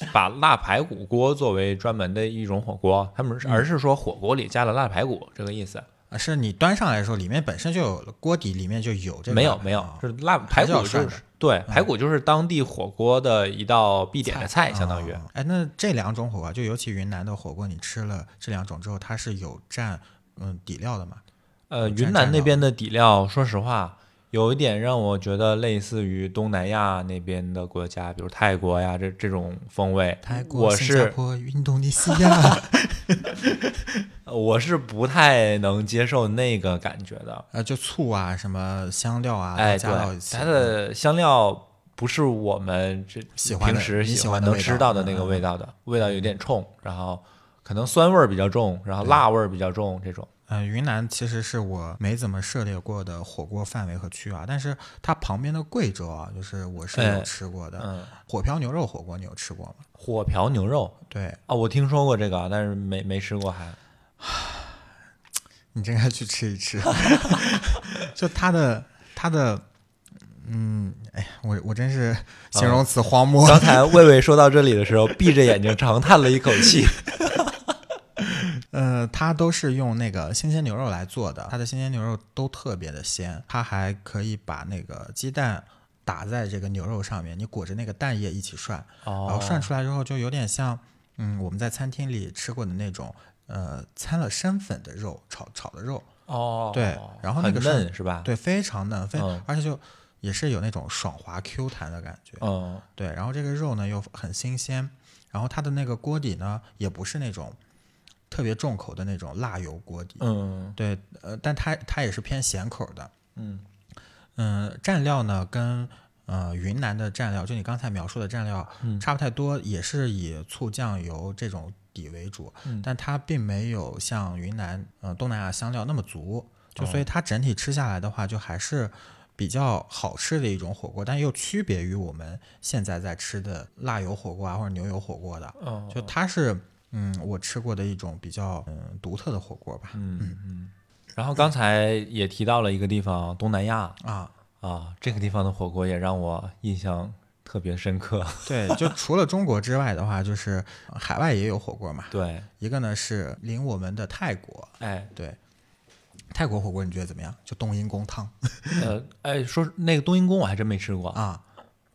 Speaker 2: 呃把腊排骨锅作为专门的一种火锅，他们
Speaker 1: 嗯
Speaker 2: 是而是说火锅里加了腊排骨这个意思，
Speaker 1: 啊是你端上来的时候，里面本身就有了锅底，里面就有这个
Speaker 2: 没有
Speaker 1: 辣
Speaker 2: 没有
Speaker 1: 啊，
Speaker 2: 是腊排
Speaker 1: 还是
Speaker 2: 骨
Speaker 1: 要涮
Speaker 2: 就
Speaker 1: 的
Speaker 2: 是对排骨就是当地火锅的一道必点的菜，相当于。
Speaker 1: 啊哎，那这两种火锅，就尤其云南的火锅，你吃了这两种之后，它是有蘸嗯底料的嘛？
Speaker 2: 呃，
Speaker 1: 嗯
Speaker 2: 云
Speaker 1: 蘸
Speaker 2: 南
Speaker 1: 蘸
Speaker 2: 那
Speaker 1: 料
Speaker 2: 边的底料，说实话，有一点让我觉得类似于东南亚那边的国家，比如泰国呀这这种风味。
Speaker 1: 泰
Speaker 2: 我
Speaker 1: 国、新加
Speaker 2: 是
Speaker 1: 坡、印度尼西 亚，
Speaker 2: 呃我是不太能接受那个感觉的。
Speaker 1: 呃，就醋啊、什么香料啊，
Speaker 2: 哎，
Speaker 1: 都加到一
Speaker 2: 对，
Speaker 1: 起。嗯
Speaker 2: 它的香料不是我们这
Speaker 1: 喜欢的
Speaker 2: 平时
Speaker 1: 你喜
Speaker 2: 欢
Speaker 1: 欢的
Speaker 2: 能
Speaker 1: 味道嗯
Speaker 2: 吃到的那个味道的，味道有点冲，然后可能酸味儿比较重，然后辣味儿比较重，这种
Speaker 1: 呃，云南其实是我没怎么涉猎过的火锅范围和区啊，但是它旁边的贵州啊，就是我是
Speaker 2: 哎
Speaker 1: 有吃过的、
Speaker 2: 嗯，
Speaker 1: 火瓢牛肉火锅，你有吃过吗？
Speaker 2: 火瓢牛肉
Speaker 1: 对
Speaker 2: 啊，我听说过这个，但是没没吃过还，
Speaker 1: 你真该去吃一吃， 就它的它的，嗯，哎呀，我我真是
Speaker 2: 嗯
Speaker 1: 形容词荒漠，
Speaker 2: 刚才魏魏说到这里的时候，闭着眼睛长叹了一口 气。
Speaker 1: 呃，它都是用那个新鲜牛肉来做的，它的新鲜牛肉都特别的鲜，它还可以把那个鸡蛋打在这个牛肉上面，你裹着那个蛋液一起涮，
Speaker 2: 哦
Speaker 1: 然后涮出来之后就有点像，嗯，我们在餐厅里吃过的那种，呃，掺了生粉的肉炒炒的肉，
Speaker 2: 哦，
Speaker 1: 对然后那
Speaker 2: 很
Speaker 1: 个
Speaker 2: 嫩是吧？
Speaker 1: 对，非常嫩，非、
Speaker 2: 嗯
Speaker 1: 而且就也是有那种爽滑 Q 弹的感觉，
Speaker 2: 嗯，
Speaker 1: 对，然后这个肉呢又很新鲜，然后它的那个锅底呢也不是那种特别重口的那种辣油锅底，
Speaker 2: 嗯
Speaker 1: 对，呃，但它它也是偏咸口的。
Speaker 2: 嗯
Speaker 1: 嗯、蘸料呢跟呃云南的蘸料，就你刚才描述的蘸料
Speaker 2: 嗯
Speaker 1: 差不太多，也是以醋、酱油这种底为主，
Speaker 2: 嗯
Speaker 1: 但它并没有像云南呃东南亚香料那么足，就
Speaker 2: 哦
Speaker 1: 所以它整体吃下来的话，就还是。比较好吃的一种火锅，但又区别于我们现在在吃的辣油火锅啊或者牛油火锅的，
Speaker 2: 嗯
Speaker 1: 就它是嗯我吃过的一种比较嗯独特的火锅吧
Speaker 2: 嗯嗯。然后刚才也提到了一个地方，东南亚
Speaker 1: 啊，
Speaker 2: 啊，这个地方的火锅也让我印象特别深刻。
Speaker 1: 对，就除了中国之外的话，就是呃海外也有火锅嘛。
Speaker 2: 对，
Speaker 1: 一个呢是临我们的泰国，
Speaker 2: 哎
Speaker 1: 对，泰国火锅你觉得怎么样？就冬阴功汤
Speaker 2: 呃哎，说那个冬阴功我还真没吃过，
Speaker 1: 啊，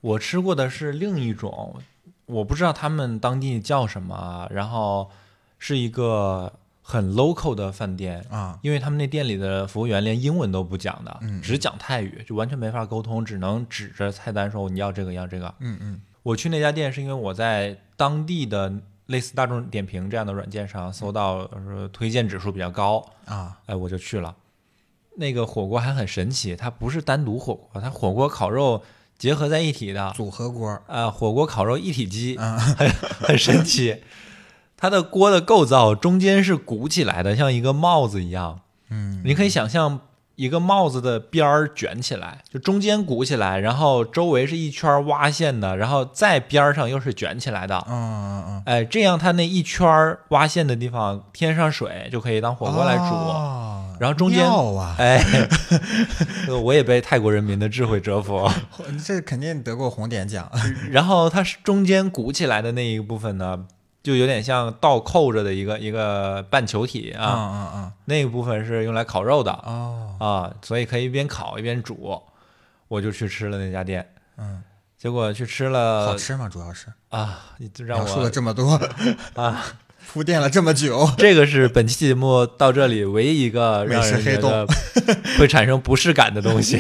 Speaker 2: 我吃过的是另一种，我不知道他们当地叫什么，啊然后是一个很 local 的饭店
Speaker 1: 啊，
Speaker 2: 因为他们那店里的服务员连英文都不讲的，
Speaker 1: 嗯
Speaker 2: 只讲泰语，就完全没法沟通，只能指着菜单说你要这个要这个。
Speaker 1: 嗯嗯
Speaker 2: 我去那家店是因为我在当地的类似大众点评这样的软件上搜到呃推荐指数比较高，
Speaker 1: 啊
Speaker 2: 哎，我就去了。那个火锅还很神奇，它不是单独火锅，它火锅烤肉结合在一起的，
Speaker 1: 组合锅儿
Speaker 2: 啊，火锅烤肉一体机，
Speaker 1: 啊
Speaker 2: 很很神奇。它的锅的构造中间是鼓起来的，像一个帽子一样。
Speaker 1: 嗯，
Speaker 2: 你可以想象一个帽子的边儿卷起来，就中间鼓起来，然后周围是一圈挖线的，然后再边儿上又是卷起来的。
Speaker 1: 嗯嗯嗯，
Speaker 2: 哎，这样它那一圈儿挖线的地方添上水就可以当火锅来煮。
Speaker 1: 哦
Speaker 2: 然后中间
Speaker 1: 妙啊，
Speaker 2: 哎， 这个我也被泰国人民的智慧折服。
Speaker 1: 这肯定得过红点奖。
Speaker 2: 然后它是中间鼓起来的那一部分呢，就有点像倒扣着的一个一个半球体
Speaker 1: 嗯
Speaker 2: 啊，
Speaker 1: 嗯嗯，
Speaker 2: 那个部分是用来烤肉的
Speaker 1: 哦，
Speaker 2: 啊，所以可以一边烤一边煮。我就去吃了那家店，
Speaker 1: 嗯，
Speaker 2: 结果去吃了
Speaker 1: 好吃吗？主要是
Speaker 2: 啊，你就呃让
Speaker 1: 描述了
Speaker 2: 我
Speaker 1: 这么多，
Speaker 2: 啊，
Speaker 1: 铺垫了这么 久，
Speaker 2: 这个是本期节目到这里唯一一个让人觉得 会产生不适感的东西。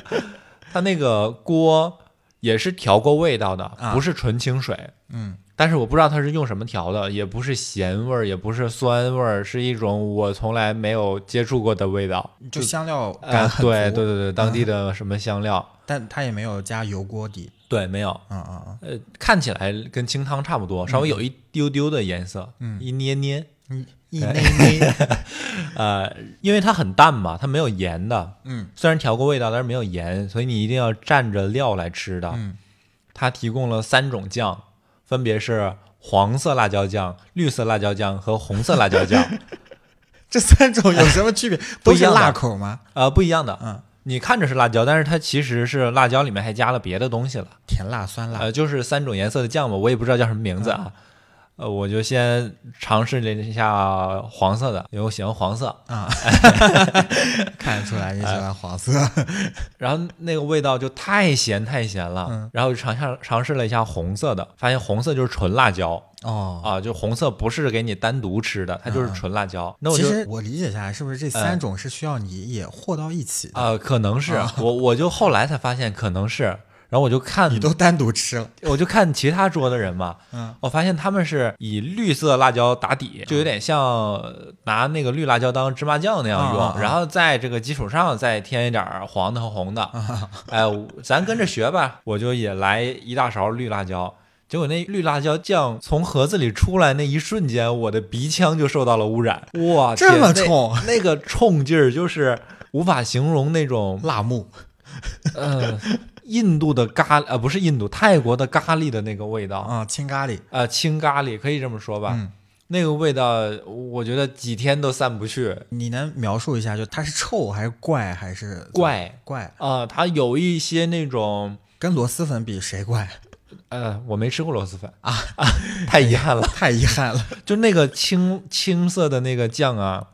Speaker 2: 它那个锅也是调过味道的，
Speaker 1: 啊
Speaker 2: 不是纯清水。
Speaker 1: 嗯
Speaker 2: 但是我不知道它是用什么调的，也不是咸味儿，也不是酸味儿，是一种我从来没有接触过的味道。
Speaker 1: 就香料
Speaker 2: 啊
Speaker 1: 感，很足，
Speaker 2: 对对对对，当
Speaker 1: 嗯
Speaker 2: 地的什么香料？
Speaker 1: 但它也没有加油锅底，
Speaker 2: 对，没有。
Speaker 1: 嗯嗯嗯，
Speaker 2: 呃，看起来跟清汤差不多，稍微有一丢丢的颜色，
Speaker 1: 嗯
Speaker 2: 一捏捏。
Speaker 1: 嗯一捏捏，
Speaker 2: 呃，因为它很淡嘛，它没有盐的，
Speaker 1: 嗯
Speaker 2: 虽然调过味道，但是没有盐，所以你一定要蘸着料来吃的。
Speaker 1: 嗯
Speaker 2: 它提供了三种酱，分别是黄色辣椒酱、绿色辣椒酱和红色辣椒酱。
Speaker 1: 这三种有什么区别？
Speaker 2: 不
Speaker 1: 都
Speaker 2: 一
Speaker 1: 是
Speaker 2: 样的
Speaker 1: 辣口吗？
Speaker 2: 呃，不一样的，
Speaker 1: 嗯，
Speaker 2: 你看着是辣椒，但是它其实是辣椒里面还加了别的东西了，
Speaker 1: 甜辣、酸辣。
Speaker 2: 呃，就是三种颜色的酱嘛，我也不知道叫什么名字啊，呃，我就先尝试了一下黄色的，因为我喜欢黄色，
Speaker 1: 啊， 看得出来你喜欢黄色。
Speaker 2: 然后那个味道就太咸太咸了，
Speaker 1: 嗯
Speaker 2: 然后就尝下尝试了一下红色的，发现红色就是纯辣椒
Speaker 1: 哦，
Speaker 2: 啊、就红色不是给你单独吃的，它就是
Speaker 1: 嗯
Speaker 2: 纯辣椒，那我
Speaker 1: 其
Speaker 2: 就。
Speaker 1: 实我理解下来，是不是这三种是需要你也和到一起的？
Speaker 2: 啊，可能是、
Speaker 1: 啊
Speaker 2: 我，我就后来才发现可能是，然后我就看
Speaker 1: 你都单独吃了，
Speaker 2: 我就看其他桌的人嘛，
Speaker 1: 嗯，
Speaker 2: 我发现他们是以绿色辣椒打底，就有点像拿那个绿辣椒当芝麻酱那样用，
Speaker 1: 啊啊啊
Speaker 2: 然后在这个基础上再添一点儿黄的和红
Speaker 1: 啊
Speaker 2: 的。哎，我咱跟着学吧，我就也来一大勺绿辣椒。结果那绿辣椒酱从盒子里出来那一瞬间，我的鼻腔就受到了污染。哇，
Speaker 1: 这
Speaker 2: 天
Speaker 1: 么
Speaker 2: 那
Speaker 1: 冲，
Speaker 2: 那个冲劲儿就是无法形容那种
Speaker 1: 辣木，
Speaker 2: 呃，印度的咖呃不是印度，泰国的咖喱的那个味道，
Speaker 1: 啊，青咖喱，
Speaker 2: 呃，青咖喱可以这么说吧，
Speaker 1: 嗯
Speaker 2: 那个味道我觉得几天都散不去，
Speaker 1: 你能描述一下，就它是臭还是怪还是
Speaker 2: 怪
Speaker 1: 怪？
Speaker 2: 啊、它有一些那种
Speaker 1: 跟螺蛳粉比谁怪？
Speaker 2: 呃，我没吃过螺蛳粉啊啊，太遗憾了，
Speaker 1: 太遗憾了。
Speaker 2: 就那个青青色的那个酱啊，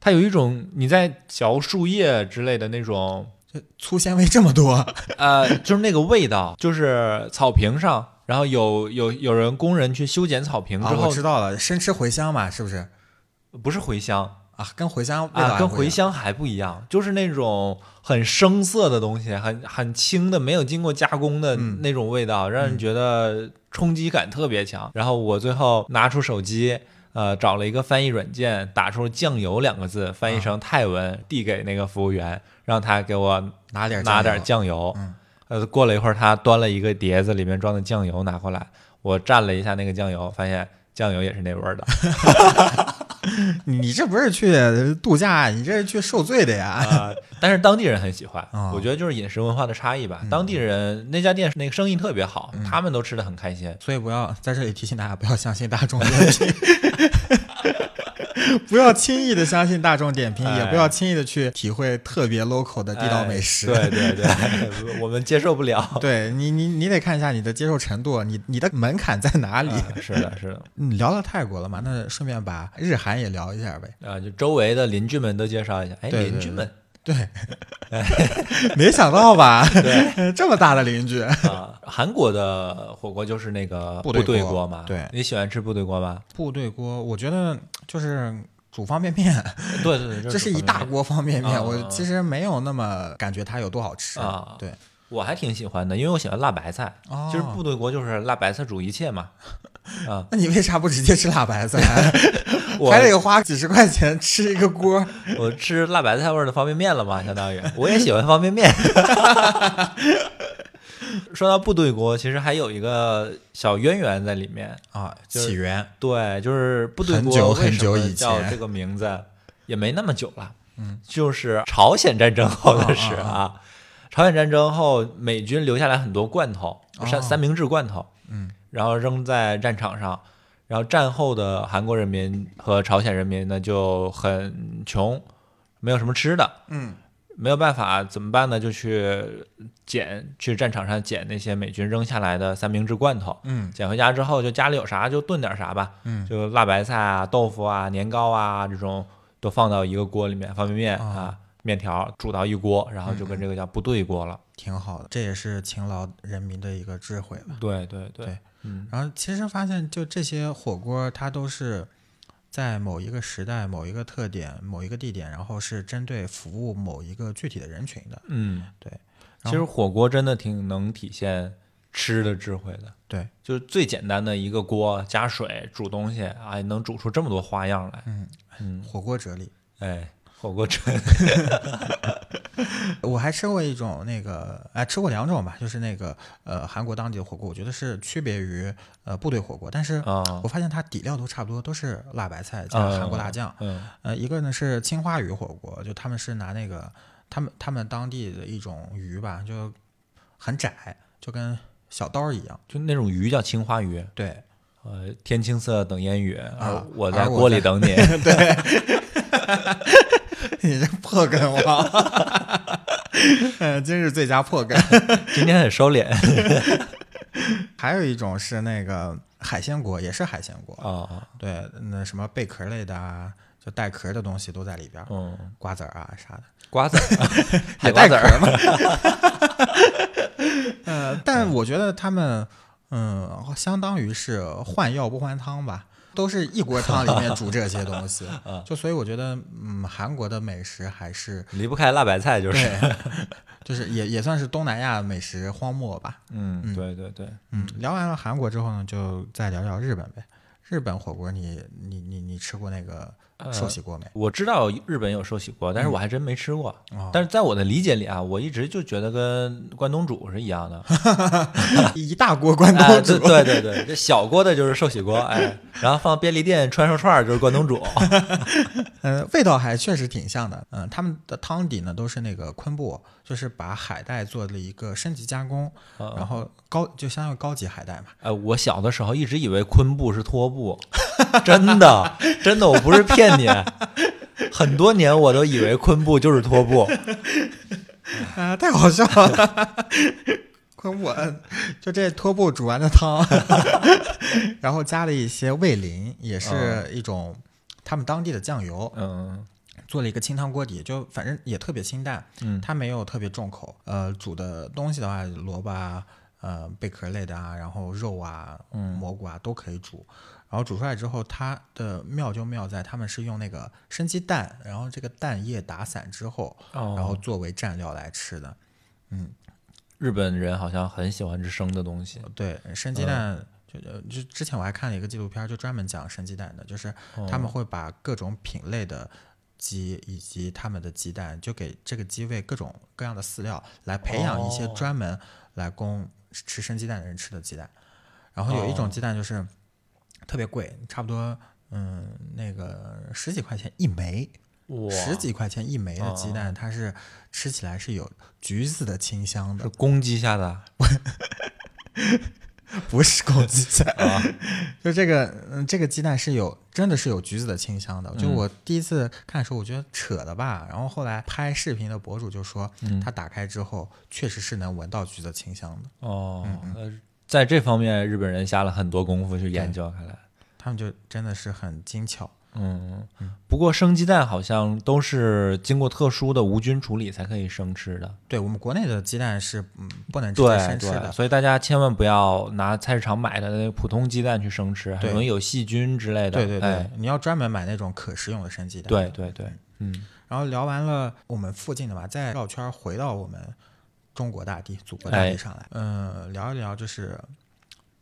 Speaker 2: 它有一种你在嚼树叶之类的那种。
Speaker 1: 粗纤维这么 多，
Speaker 2: 呃，就是那个味道，就是草坪上，然后有有有人工人去修剪草坪之
Speaker 1: 啊，
Speaker 2: 后，
Speaker 1: 我知道了，生吃茴香嘛，是不是？
Speaker 2: 不是茴香
Speaker 1: 啊，跟茴香味道
Speaker 2: 啊，跟
Speaker 1: 还不一
Speaker 2: 茴
Speaker 1: 样
Speaker 2: 香还不一样，就是那种很生涩的东西，很很轻的，没有经过加工的
Speaker 1: 嗯
Speaker 2: 那种味道，让人觉得冲击感特别强。然后我最后拿出手机。呃，找了一个翻译软件，打出“酱油”两个字，翻译成泰
Speaker 1: 啊
Speaker 2: 文，递给那个服务员，让他给我
Speaker 1: 拿点酱
Speaker 2: 拿点
Speaker 1: 油
Speaker 2: 酱油。
Speaker 1: 嗯
Speaker 2: 呃，过了一会儿，他端了一个碟子，里面装的酱油拿过来，我蘸了一下那个酱油，发现酱油也是那味儿的。
Speaker 1: 你你这不是去度假，你这是去受罪的呀！
Speaker 2: 啊，但是当地人很喜欢，
Speaker 1: 啊嗯
Speaker 2: 我觉得就是饮食文化的差异吧。当地人那家店那个生意特别好，他们都吃的很开心。
Speaker 1: 所以不要在这里提醒大家，不要相信大众点 评，不要轻易的相信大众点评，也
Speaker 2: 哎
Speaker 1: 不要轻易的去体会特别 local 的地道美食。
Speaker 2: 哎对对对，我们接受不了。
Speaker 1: 对你，你你得看一下你的接受程度，你你的门槛在哪里？
Speaker 2: 啊是的，是的，
Speaker 1: 你聊到泰国了嘛？那顺便把日韩也聊一下呗。
Speaker 2: 啊，就周围的邻居们都介绍一下，哎，
Speaker 1: 对对
Speaker 2: 邻居们
Speaker 1: 对， 没想到吧？
Speaker 2: 对，
Speaker 1: 这么大的邻居，
Speaker 2: 啊，韩国的火锅就是那个
Speaker 1: 部
Speaker 2: 部
Speaker 1: 队
Speaker 2: 队
Speaker 1: 锅
Speaker 2: 锅嘛，
Speaker 1: 对
Speaker 2: 你喜欢吃部队 锅吗？
Speaker 1: 部队锅，我觉得就是煮方便面，
Speaker 2: 对对对，
Speaker 1: 这是一
Speaker 2: 方
Speaker 1: 大
Speaker 2: 便面
Speaker 1: 锅方便面，
Speaker 2: 啊
Speaker 1: 我其实没有那么感觉它有多好吃
Speaker 2: 啊
Speaker 1: 对，
Speaker 2: 我还挺喜欢的，因为我喜欢辣白菜。
Speaker 1: 哦
Speaker 2: 其实部队锅就是辣白菜煮一 切嘛。啊，
Speaker 1: 那你为啥不直接吃辣白菜，啊
Speaker 2: 我
Speaker 1: 还得花几十块钱吃一个锅？
Speaker 2: 我吃辣白菜味儿的方便面了嘛，相当于我也喜欢方便面。说到部队锅，其实还有一个小渊源在里面。
Speaker 1: 啊，
Speaker 2: 就是
Speaker 1: 起源
Speaker 2: 对，就是部队
Speaker 1: 很久
Speaker 2: 锅为什
Speaker 1: 很久
Speaker 2: 么
Speaker 1: 以前
Speaker 2: 叫这个名字，也没那么久了。嗯，就是朝鲜战争后的事
Speaker 1: 啊
Speaker 2: 啊。朝鲜战争后，美军留下来很多罐头，
Speaker 1: 哦
Speaker 2: 三三明治罐头，
Speaker 1: 嗯，
Speaker 2: 然后扔在战场上。然后战后的韩国人民和朝鲜人民呢就很穷，没有什么吃的，
Speaker 1: 嗯，
Speaker 2: 没有办法，怎么办呢？就去捡，去战场上捡那些美军扔下来的三明治罐头。
Speaker 1: 嗯
Speaker 2: 捡回家之后，就家里有啥就炖点啥吧，
Speaker 1: 嗯
Speaker 2: 就辣白菜啊、豆腐啊、年糕啊这种，都放到一个锅里面，方便面
Speaker 1: 啊嗯
Speaker 2: 啊、面条煮到一锅，然后就跟这个叫部队锅了。
Speaker 1: 挺好的，这也是勤劳人民的一个智慧吧。
Speaker 2: 对对
Speaker 1: 对，
Speaker 2: 嗯，
Speaker 1: 然后其实发现，就这些火锅，它都是在某一个时代、某一个特点、某一个地点，然后是针对服务某一个具体的人群的。
Speaker 2: 嗯，
Speaker 1: 对。
Speaker 2: 其实火锅真的挺能体现吃的智慧的，
Speaker 1: 对，
Speaker 2: 就是最简单的一个锅加水煮东西，哎，能煮出这么多花样来。
Speaker 1: 嗯
Speaker 2: 嗯，
Speaker 1: 火锅哲理。
Speaker 2: 哎，火锅真
Speaker 1: 我还吃过一种那个，哎，吃过两种吧，就是那个呃韩国当地的火锅，我觉得是区别于呃部队火锅，但是
Speaker 2: 啊，
Speaker 1: 我发现它底料都差不多，都是辣白菜加
Speaker 2: 嗯
Speaker 1: 韩国辣酱。
Speaker 2: 嗯
Speaker 1: 呃，一个呢是青花鱼火锅，就他们是拿那个他们他们当地的一种鱼吧，就很窄，就跟小刀儿一样。
Speaker 2: 就那种鱼叫青花鱼，
Speaker 1: 对，
Speaker 2: 呃，天青色等烟雨，而啊我
Speaker 1: 而
Speaker 2: 在
Speaker 1: 我
Speaker 2: 锅
Speaker 1: 在
Speaker 2: 里等你。
Speaker 1: 你这破梗王， 嗯，今日最佳破梗。
Speaker 2: 今天很收敛
Speaker 1: 还有一种是那个海鲜锅，也是海鲜锅，
Speaker 2: 啊，
Speaker 1: 对，那什么贝壳类的啊，就带壳的东西都在里边儿，
Speaker 2: 嗯，
Speaker 1: 瓜子儿啊啥的，
Speaker 2: 瓜子 儿，海
Speaker 1: 也
Speaker 2: 瓜
Speaker 1: 带
Speaker 2: 子
Speaker 1: 壳
Speaker 2: 儿，
Speaker 1: 嘛。 呃，但我觉得他们，嗯，相当于是换药不换汤吧，都是一锅汤里面煮这些东 西，嗯就所以我觉得，嗯，韩国的美食还是
Speaker 2: 离不开辣白菜就是。
Speaker 1: 对，就是也也算是东南亚美食荒漠吧。
Speaker 2: 嗯，
Speaker 1: 嗯
Speaker 2: 对对对，
Speaker 1: 嗯，聊完了韩国之后呢，就再聊聊日本呗。日本火锅你，你你你吃过那个
Speaker 2: 呃
Speaker 1: 寿喜锅没？
Speaker 2: 我知道日本有寿喜锅，但是我还真没吃过。
Speaker 1: 哦
Speaker 2: 但是在我的理解里啊，我一直就觉得跟关东煮是一样 的。
Speaker 1: 一大锅关
Speaker 2: 哎
Speaker 1: 东煮，
Speaker 2: 对对对对，这小锅的就是寿喜锅，哎，然后放便利店串串串儿就是关东煮。
Speaker 1: 呃，味道还确实挺像的。嗯、他们的汤底呢都是那个昆布，就是把海带做了一个升级加工，
Speaker 2: 嗯
Speaker 1: 然后高就相当于高级海带嘛。
Speaker 2: 哎，我小的时候一直以为昆布是拖布，真的，真的，我不是骗你。很多年我都以为昆布就是拖 布，
Speaker 1: 啊，太好笑了！ 昆布，嗯就这拖布煮完的汤， 然后加了一些味淋，也是一种他们当地的酱油，
Speaker 2: 嗯
Speaker 1: 做了一个清汤锅底，就反正也特别清淡，
Speaker 2: 嗯
Speaker 1: 它没有特别重口。呃，煮的东西的话，萝卜啊，呃，贝壳类的啊，然后肉啊，蘑菇啊都可以煮。然后煮出来之后，它的妙就妙在他们是用那个生鸡蛋，然后这个蛋液打散之后，
Speaker 2: 哦
Speaker 1: 然后作为蘸料来吃的。嗯
Speaker 2: 日本人好像很喜欢吃生的东西，
Speaker 1: 对，生
Speaker 2: 嗯
Speaker 1: 鸡蛋就呃就之前我还看了一个纪录片儿，就专门讲生鸡蛋的，就是
Speaker 2: 哦
Speaker 1: 他们会把各种品类的鸡以及他们的鸡蛋，就给这个鸡喂各种各样的饲料，来培养一些
Speaker 2: 哦
Speaker 1: 专门来供吃生鸡蛋的人吃的鸡蛋。然后有一种
Speaker 2: 哦
Speaker 1: 鸡蛋就是特别贵，差不多嗯那个十几块钱一枚，
Speaker 2: 哇
Speaker 1: 十几块钱一枚的鸡
Speaker 2: 哦
Speaker 1: 蛋，它是吃起来是有橘子的清香的
Speaker 2: 是，公鸡下的，
Speaker 1: 不是公鸡蛋。
Speaker 2: 啊
Speaker 1: 就这个，嗯，这个鸡蛋是有，真的是有橘子的清香
Speaker 2: 嗯
Speaker 1: 的。就我第一次看的时候，我觉得扯的吧。然后后来拍视频的博主就说，
Speaker 2: 嗯
Speaker 1: 他打开之后确实是能闻到橘子清香的。
Speaker 2: 哦，呃在这方面日本人下了很多功夫去研
Speaker 1: 对
Speaker 2: 究，看来。
Speaker 1: 他们就真的是很精巧。
Speaker 2: 嗯，不过生鸡蛋好像都是经过特殊的无菌处理才可以生吃的，
Speaker 1: 对我们国内的鸡蛋是嗯不能直接
Speaker 2: 对
Speaker 1: 生吃
Speaker 2: 对，
Speaker 1: 的，
Speaker 2: 所以大家千万不要拿菜市场买的那个普通鸡蛋去生吃，很
Speaker 1: 对
Speaker 2: 容易有细菌之类的。
Speaker 1: 对对对，
Speaker 2: 哎
Speaker 1: 你要专门买那种可食用的生鸡蛋。
Speaker 2: 对对对，嗯，
Speaker 1: 然后聊完了我们附近的吧，再绕圈儿回到我们中国大地、祖国大
Speaker 2: 哎
Speaker 1: 地上来，嗯，聊一聊就是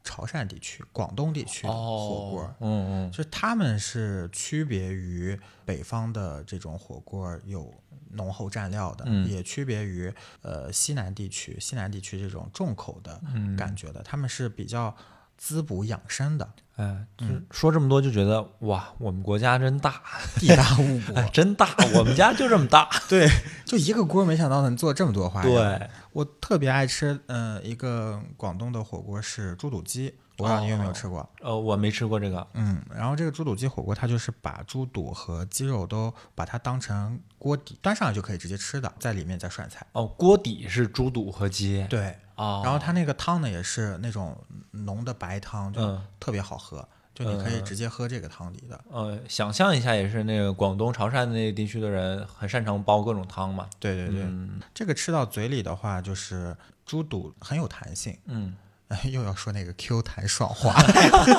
Speaker 1: 潮汕地区、广东地区的火锅。，
Speaker 2: 嗯嗯，
Speaker 1: 就是他们是区别于北方的这种火锅有浓厚蘸料的，
Speaker 2: 嗯
Speaker 1: 也区别于呃西南地区西南地区这种重口的
Speaker 2: 嗯
Speaker 1: 感觉的，他们是比较滋补养生 的，
Speaker 2: 哎，
Speaker 1: 嗯
Speaker 2: 就是说这么多就觉得哇，我们国家真大，
Speaker 1: 地大物博。
Speaker 2: 哎，真大，我们家就这 么大。
Speaker 1: 对，就一个锅，没想到能做这么多花样。
Speaker 2: 对，
Speaker 1: 我特别爱吃，呃，一个广东的火锅是猪肚鸡，我不知道你有没有吃过。
Speaker 2: 呃，我没吃过这个，
Speaker 1: 嗯，然后这个猪肚鸡火锅，它就是把猪肚和鸡肉都把它当成锅底，端上来就可以直接吃的，在里面再涮菜。
Speaker 2: 哦，锅底是猪肚和鸡，
Speaker 1: 对，
Speaker 2: 哦，
Speaker 1: 然后它那个汤呢也是那种浓的白汤，就
Speaker 2: 嗯
Speaker 1: 特别好喝，就你可以直接喝这个汤底的。
Speaker 2: 呃，想象一下，也是那个广东潮汕那个地区的人很擅长煲各种汤嘛。
Speaker 1: 对对对，
Speaker 2: 嗯
Speaker 1: 这个吃到嘴里的话，就是猪肚很有弹性，
Speaker 2: 嗯，
Speaker 1: 又要说那个 Q 弹爽滑，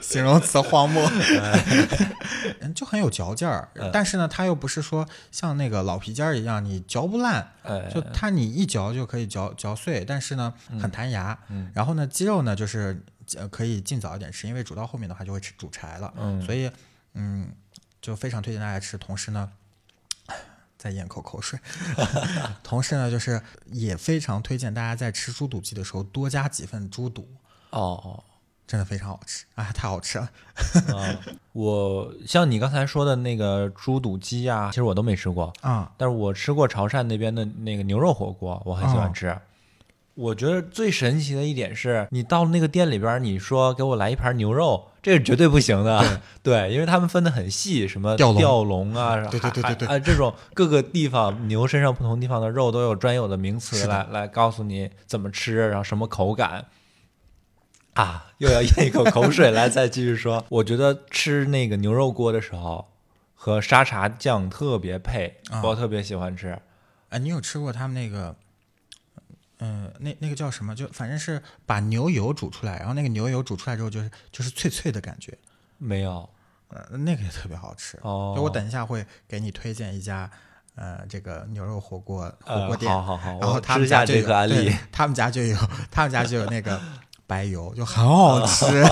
Speaker 1: 形容词荒漠， 嗯，就很有嚼劲儿。但是呢，它又不是说像那个老皮筋儿一样，你嚼不烂，
Speaker 2: 哎，
Speaker 1: 就它你一嚼就可以嚼嚼碎，但是呢很弹牙。然后呢，鸡肉呢就是呃可以尽早一点吃，因为煮到后面的话就会吃煮柴了。
Speaker 2: 嗯
Speaker 1: 所以嗯，就非常推荐大家吃。同时呢，再咽口口水。同时呢，就是也非常推荐大家在吃猪肚鸡的时候多加几份猪肚，
Speaker 2: 哦，
Speaker 1: 真的非常好吃啊！太好吃了。
Speaker 2: 啊，我像你刚才说的那个猪肚鸡呀、其实我都没吃过，
Speaker 1: 啊、
Speaker 2: 但是我吃过潮汕那边的那个牛肉火锅，我很喜
Speaker 1: 哦
Speaker 2: 欢吃。我觉得最神奇的一点是，你到那个店里边儿，你说给我来一盘牛肉，这是绝对不行的。对，因为他们分得很细，什么
Speaker 1: 吊笼
Speaker 2: 笼啊，
Speaker 1: 对对对
Speaker 2: 还
Speaker 1: 对对
Speaker 2: 还啊，这种各个地方牛身上不同地方的肉都有专有的名词
Speaker 1: 是的
Speaker 2: 来来告诉你怎么吃，然后什么口感。啊，又要咽一口口水来，再继 续说。我觉得吃那个牛肉锅的时候，和沙茶酱特别配，
Speaker 1: 啊
Speaker 2: 我特别喜欢吃。
Speaker 1: 哎，你有吃过他们那个，嗯、那那个叫什么？就反正是把牛油煮出来，然后那个牛油煮出来之后，就是就是脆脆的感觉，
Speaker 2: 没有
Speaker 1: 呃，那个也特别好吃。
Speaker 2: 哦，
Speaker 1: 就我等一下会给你推荐一家，呃这个牛肉火锅火
Speaker 2: 呃
Speaker 1: 锅店，
Speaker 2: 好好好，
Speaker 1: 然后
Speaker 2: 我
Speaker 1: 他
Speaker 2: 吃
Speaker 1: 们
Speaker 2: 下
Speaker 1: 家就
Speaker 2: 这
Speaker 1: 有，
Speaker 2: 个案
Speaker 1: 对
Speaker 2: 例，
Speaker 1: 他们家就有， 他们家就有那个白油，就很好
Speaker 2: 哦
Speaker 1: 吃。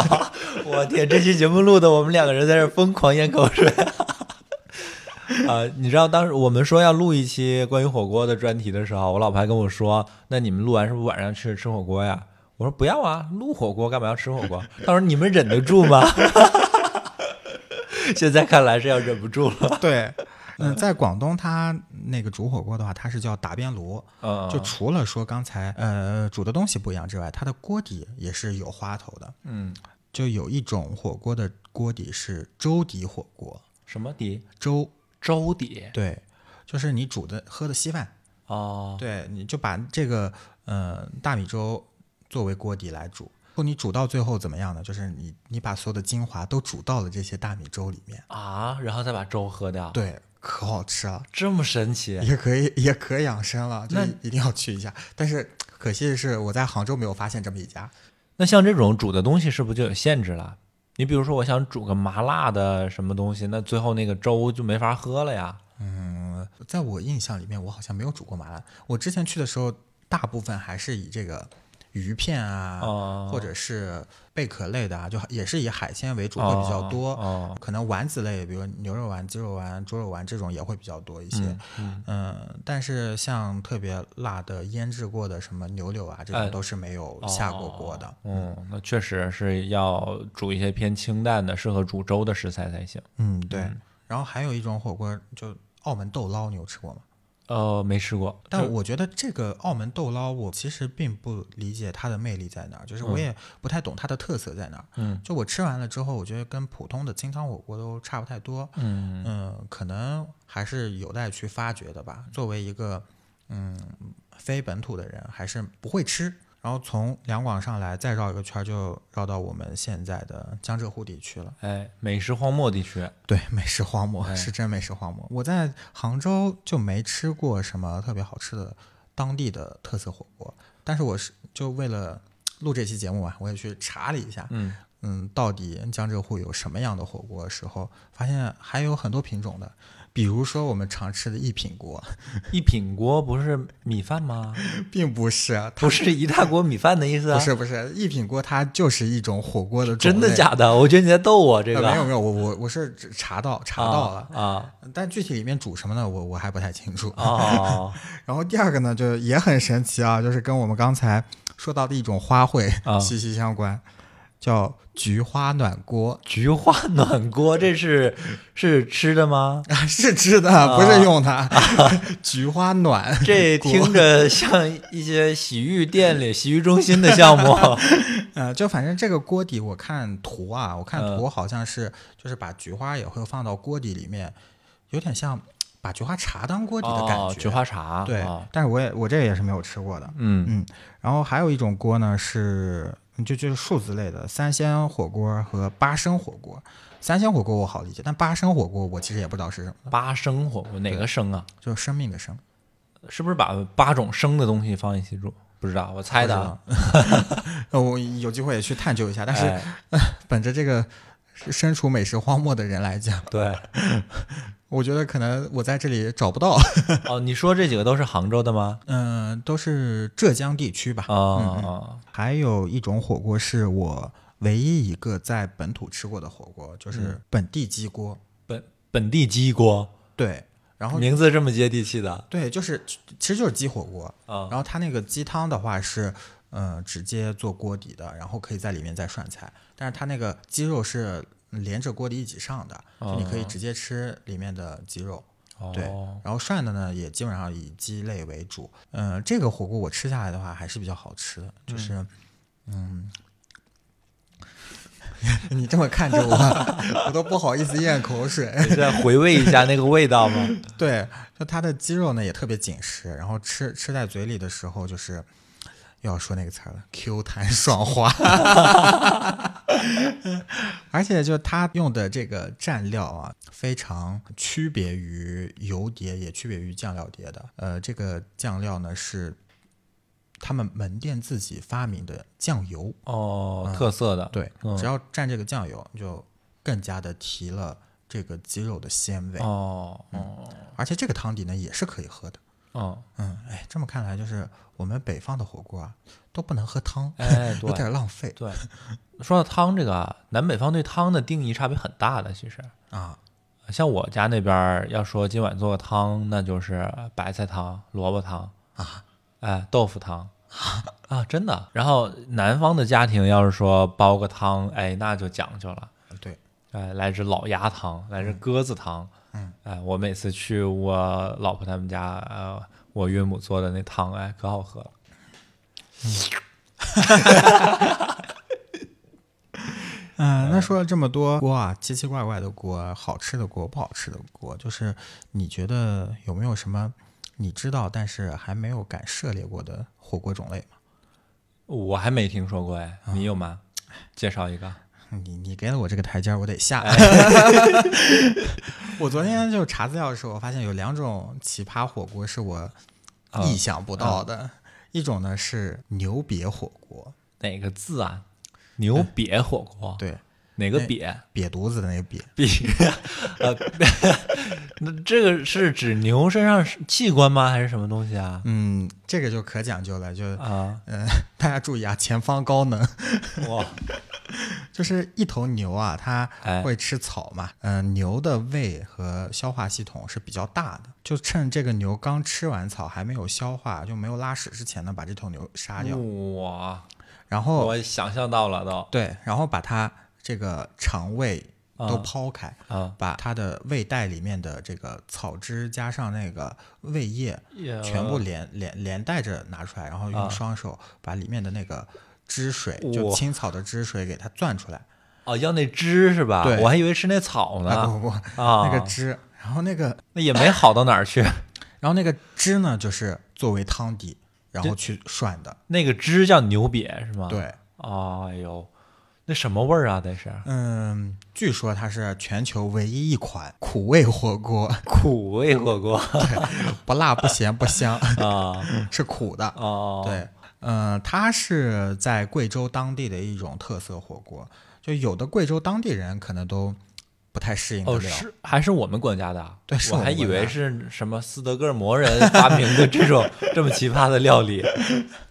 Speaker 2: 我天，这期节目录的我们两个人在这儿疯狂咽口水。 啊，你知道当时我们说要录一期关于火锅的专题的时候，我老婆还跟我说：“那你们录完是不是晚上去吃火锅呀？”我说：“不要啊，录火锅干嘛要吃火锅？”她说：“你们忍得住吗？” 现在看来是要忍不住了。
Speaker 1: 对，嗯，在广东，它那个煮火锅的话，它是叫打边炉。
Speaker 2: 嗯，
Speaker 1: 就除了说刚才呃煮的东西不一样之外，它的锅底也是有花头的。
Speaker 2: 嗯，
Speaker 1: 就有一种火锅的锅底是粥底火锅，
Speaker 2: 什么底？
Speaker 1: 粥
Speaker 2: 粥底
Speaker 1: 对，就是你煮的喝的稀饭，
Speaker 2: 哦，
Speaker 1: 对，你就把这个呃大米粥作为锅底来煮。后你煮到最后怎么样呢？就是你你把所有的精华都煮到了这些大米粥里面，
Speaker 2: 啊，然后再把粥喝掉，，
Speaker 1: 对，可好吃了。
Speaker 2: 这么神奇。
Speaker 1: 也可以，也可养生了，就
Speaker 2: 那
Speaker 1: 一定要去一下。但是可惜的是，我在杭州没有发现这么一家。
Speaker 2: 那像这种煮的东西是不是就有限制了？你比如说，我想煮个麻辣的什么东西，那最后那个粥就没法喝了呀。
Speaker 1: 嗯，在我印象里面，我好像没有煮过麻辣。我之前去的时候，大部分还是以这个鱼片啊，
Speaker 2: 哦
Speaker 1: 或者是贝壳类的啊，就也是以海鲜为主会比较多。
Speaker 2: 哦，
Speaker 1: 可能丸子类，比如牛肉丸、鸡肉丸、猪肉丸这种也会比较多一些。
Speaker 2: 嗯嗯，
Speaker 1: 嗯，但是像特别辣的腌制过的什么牛柳啊，这
Speaker 2: 哎哦
Speaker 1: 种都是没有下过锅的。
Speaker 2: 嗯，那确实是要煮一些偏清淡的、适合煮粥的食材才行。
Speaker 1: 嗯，对。然后还有一种火锅，就澳门豆捞，你有吃过吗？
Speaker 2: 呃，没吃过，
Speaker 1: 但
Speaker 2: 就
Speaker 1: 我觉得这个澳门豆捞，我其实并不理解它的魅力在哪儿，就是我也不太懂它的特色在哪儿。
Speaker 2: 嗯，
Speaker 1: 就我吃完了之后，我觉得跟普通的清汤火锅都差不太多。
Speaker 2: 嗯
Speaker 1: 嗯，可能还是有待去发掘的吧。作为一个嗯非本土的人，还是不会吃。然后从两广上来，再绕一个圈儿，就绕到我们现在的江浙沪地区了。
Speaker 2: 哎，美食荒漠地区，
Speaker 1: 对，美食荒漠、
Speaker 2: 哎
Speaker 1: 是真美食荒漠。我在杭州就没吃过什么特别好吃的当地的特色火锅，但是我是就为了录这期节目嘛，啊我也去查了一下，
Speaker 2: 嗯，
Speaker 1: 嗯，到底江浙沪有什么样的火锅的时候，发现还有很多品种的，比如说我们常吃的一品锅，
Speaker 2: 一品锅不是米饭 吗？
Speaker 1: 并不是 啊，它
Speaker 2: 不是一大锅米饭的意思啊？
Speaker 1: 不是不是一品锅，它就是一种火锅的种
Speaker 2: 真的
Speaker 1: 类？
Speaker 2: 假的？我觉得你在逗我，这
Speaker 1: 呃
Speaker 2: 个
Speaker 1: 没有没有，我我我是只查到查到了，
Speaker 2: 啊
Speaker 1: 但具体里面煮什么呢，我我还不太清楚
Speaker 2: 啊。哦
Speaker 1: 然后第二个呢，就也很神奇啊，就是跟我们刚才说到的一种花卉
Speaker 2: 啊
Speaker 1: 息息相关，叫菊花暖锅
Speaker 2: 菊花暖锅，这是 是吃的吗？
Speaker 1: 啊，是吃的，不是用的。 菊花暖，
Speaker 2: 啊 这
Speaker 1: 锅
Speaker 2: 听着像一些洗浴店里、洗浴中心的 项目。
Speaker 1: 呃，就反正这个锅底，我看图啊，我看
Speaker 2: 嗯
Speaker 1: 图好像是就是把菊花也会放到锅底里面，有点像把菊花茶当锅底的感觉。
Speaker 2: 哦菊花茶，
Speaker 1: 对，
Speaker 2: 哦
Speaker 1: 但是我也我这个也是没有吃过的。
Speaker 2: 嗯
Speaker 1: 嗯，然后还有一种锅呢是嗯就就是数字类的三鲜火锅和八升火锅。三鲜火锅我好理解，但八升火锅我其实也不知道是什么，
Speaker 2: 嗯八生火锅哪个生啊？
Speaker 1: 就是生命的生。
Speaker 2: 是不是把八种生的东西放一起煮？不知道，我猜的啊。
Speaker 1: 呃，我有机会也去探究一下，但是
Speaker 2: 哎，
Speaker 1: 本着这个身处美食荒漠的人来讲，
Speaker 2: 对，
Speaker 1: 我觉得可能我在这里找不到。
Speaker 2: 哦，你说这几个都是杭州的吗？
Speaker 1: 嗯、都是浙江地区吧。
Speaker 2: 哦，
Speaker 1: 还有一种火锅是我唯一一个在本土吃过的火锅，就是本地鸡锅。
Speaker 2: 本本地鸡锅，
Speaker 1: 对，然后
Speaker 2: 名字这么接地气的
Speaker 1: 对，就是其实就是鸡火锅，
Speaker 2: 啊
Speaker 1: 然后它那个鸡汤的话是，呃，直接做锅底的，然后可以在里面再涮菜，但是它那个鸡肉是连着锅底一起上的，就你可以直接吃里面的鸡肉。对
Speaker 2: 哦，
Speaker 1: 然后涮的呢，也基本上以鸡类为主。嗯、这个火锅我吃下来的话还是比较好吃的，就是，嗯， 你这么看着我，我 都不好意思咽口水。
Speaker 2: 你再回味一下那个味 道吗？
Speaker 1: 对，就它的鸡肉呢也特别紧实，然后吃吃在嘴里的时候就是。又要说那个词儿了，Q 弹爽滑，而且就它用的这个蘸料啊，非常区别于油碟，也区别于酱料碟的。呃，这个酱料呢是他们门店自己发明的酱油，嗯
Speaker 2: 哦，特色的，
Speaker 1: 对，
Speaker 2: 嗯
Speaker 1: 只要蘸这个酱油，就更加的提了这个鸡肉的鲜味，
Speaker 2: 哦哦
Speaker 1: 而且这个汤底呢也是可以喝的。
Speaker 2: 哦，
Speaker 1: 嗯，哎，这么看来，就是我们北方的火锅啊都不能喝汤，
Speaker 2: 哎，
Speaker 1: 有
Speaker 2: 对
Speaker 1: 点浪费
Speaker 2: 对。说到汤这个啊，南北方对汤的定义差别很大的，其实。
Speaker 1: 啊。
Speaker 2: 像我家那边儿要说今晚做个汤，那就是白菜汤、萝卜汤
Speaker 1: 啊，
Speaker 2: 哎，豆腐 汤啊，真的。然后南方的家庭要是说煲个汤，哎，那就讲究了，
Speaker 1: 对，
Speaker 2: 哎，来只老鸭汤，来只鸽子汤，
Speaker 1: 嗯，
Speaker 2: 哎，我每次去我老婆他们家，呃，我岳母做的那汤，哎，可好喝了。
Speaker 1: 嗯，
Speaker 2: 呃
Speaker 1: 那说了这么多锅啊，奇奇怪怪的锅，好吃的锅，不好吃的锅，就是你觉得有没有什么你知道但是还没有敢涉猎过的火锅种类吗？
Speaker 2: 我还没听说过，哎，你有吗？介绍一个。
Speaker 1: 你你给了我这个台阶儿，我得下。
Speaker 2: 哎
Speaker 1: 我昨天就查资料的时候，我发现有两种奇葩火锅是我
Speaker 2: 啊
Speaker 1: 意想不到的，一种呢是牛瘪火锅，
Speaker 2: 哪个字啊？牛哎瘪火锅，
Speaker 1: 对，
Speaker 2: 哪个
Speaker 1: 那
Speaker 2: 瘪？
Speaker 1: 瘪犊子的那个瘪，
Speaker 2: 瘪呃，那这个是指牛身上是器官吗？还是什么东西啊？
Speaker 1: 嗯，这个就可讲究了，就
Speaker 2: 啊，
Speaker 1: 嗯、 大家注意啊，前方高能，
Speaker 2: 哇，
Speaker 1: 就是一头牛啊，它
Speaker 2: 哎，
Speaker 1: 会吃草嘛，嗯、牛的胃和消化系统是比较大的，就趁这个牛刚吃完草还没有消化，就没有拉屎之前呢，把这头牛杀掉，
Speaker 2: 哇，
Speaker 1: 然后
Speaker 2: 嗯我想象到了都
Speaker 1: 对，然后把它这个肠胃都
Speaker 2: 啊
Speaker 1: 剖开，
Speaker 2: 啊，
Speaker 1: 把它的胃袋里面的这个草汁加上那个胃液，
Speaker 2: 也
Speaker 1: 全部连连连带着拿出来，然后
Speaker 2: 呃啊
Speaker 1: 用双手把里面的那个汁水，就
Speaker 2: 哇
Speaker 1: 青草的汁水给它攥出来。
Speaker 2: 哦，要那汁是吧？
Speaker 1: 对
Speaker 2: 我还以为是那草
Speaker 1: 啊
Speaker 2: 呢
Speaker 1: 不不不，那
Speaker 2: 啊，
Speaker 1: 个汁，然后那个
Speaker 2: 那也没好到哪儿 去。
Speaker 1: 然后那个汁呢，就是作为汤底，然后
Speaker 2: 这
Speaker 1: 去涮的。
Speaker 2: 那个汁叫牛瘪是吗？，
Speaker 1: 对，
Speaker 2: 哎呦，那什么味儿啊？那是
Speaker 1: 嗯，据说它是全球唯一一款苦味火锅，
Speaker 2: 苦味火锅
Speaker 1: 不辣不咸不香，
Speaker 2: 啊，
Speaker 1: 是苦的。
Speaker 2: 哦，
Speaker 1: 对，嗯、它是在贵州当地的一种特色火锅，就有的贵州当地人可能都不太适应得
Speaker 2: 哦，
Speaker 1: 了。
Speaker 2: 是还是我们国家的啊？
Speaker 1: 对是
Speaker 2: 我
Speaker 1: 我
Speaker 2: 还
Speaker 1: 们
Speaker 2: 以
Speaker 1: 国
Speaker 2: 为
Speaker 1: 家
Speaker 2: 是什么斯德哥尔摩人发明的这 种这么奇葩的料理。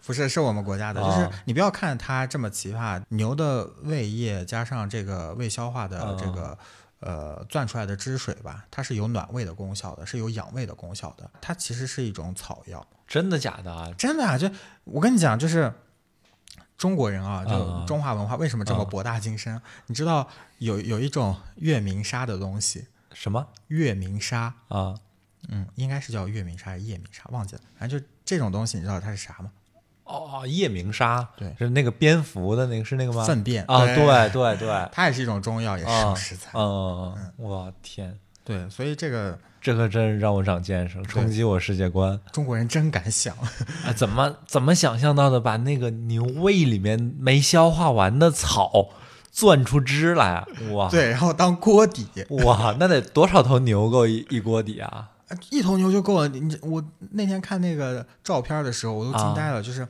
Speaker 1: 不是，是我们国家的，
Speaker 2: 哦
Speaker 1: 就是你不要看它这么奇葩，牛的胃液加上这
Speaker 2: 啊
Speaker 1: 个未消化的这个、呃攥出来的汁水吧，它是有暖胃的功效的，是有养胃的功效的，它其实是一种草药。
Speaker 2: 真的假的啊？
Speaker 1: 真的啊，就我跟你讲，就是中国人啊，
Speaker 2: 嗯
Speaker 1: 就
Speaker 2: 嗯
Speaker 1: 中华文化为什么这么
Speaker 2: 嗯
Speaker 1: 博大精深？你知道有有一种月明砂的东西，
Speaker 2: 什么
Speaker 1: 月明砂，
Speaker 2: 啊？
Speaker 1: 嗯，应该是叫月明砂还是夜明砂，忘记了，反正就这种东西，你知道它是啥吗？
Speaker 2: 哦，夜明砂，
Speaker 1: 对
Speaker 2: 是那个蝙蝠的那个，是那个吗？
Speaker 1: 粪便
Speaker 2: 啊，对对对，
Speaker 1: 它也是一种中药，也是一
Speaker 2: 啊
Speaker 1: 种食材。
Speaker 2: 嗯，嗯我天，
Speaker 1: 对，所以这个
Speaker 2: 这可真是让我长见识了，冲击我世 界观
Speaker 1: 中国人真敢想，
Speaker 2: 啊！怎么怎么想象到的，把那个牛胃里面没消化完的草攥出汁来啊？哇，
Speaker 1: 对，然后当锅底，
Speaker 2: 哇，那得多少头牛够一一锅底啊？
Speaker 1: 呃一头牛就够了。你你我那天看那个照片的时候，我都惊
Speaker 2: 啊
Speaker 1: 呆了，就是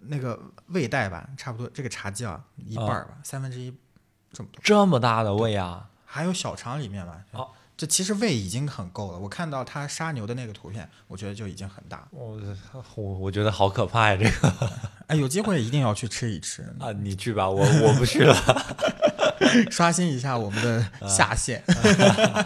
Speaker 1: 那个胃袋吧，差不多这个茶几啊，一半儿吧，三分之一这么多，
Speaker 2: 这么大的胃啊！
Speaker 1: 还有小肠里面吧。
Speaker 2: 哦
Speaker 1: 这其实胃已经很够了。我看到他杀牛的那个图片，我觉得就已经很大了。
Speaker 2: 我我我觉得好可怕呀！这 个
Speaker 1: 哎，有机会一定要去吃一吃，
Speaker 2: 啊，你去吧，我我不 去了。
Speaker 1: 刷新一下我们
Speaker 2: 啊
Speaker 1: 的下 限。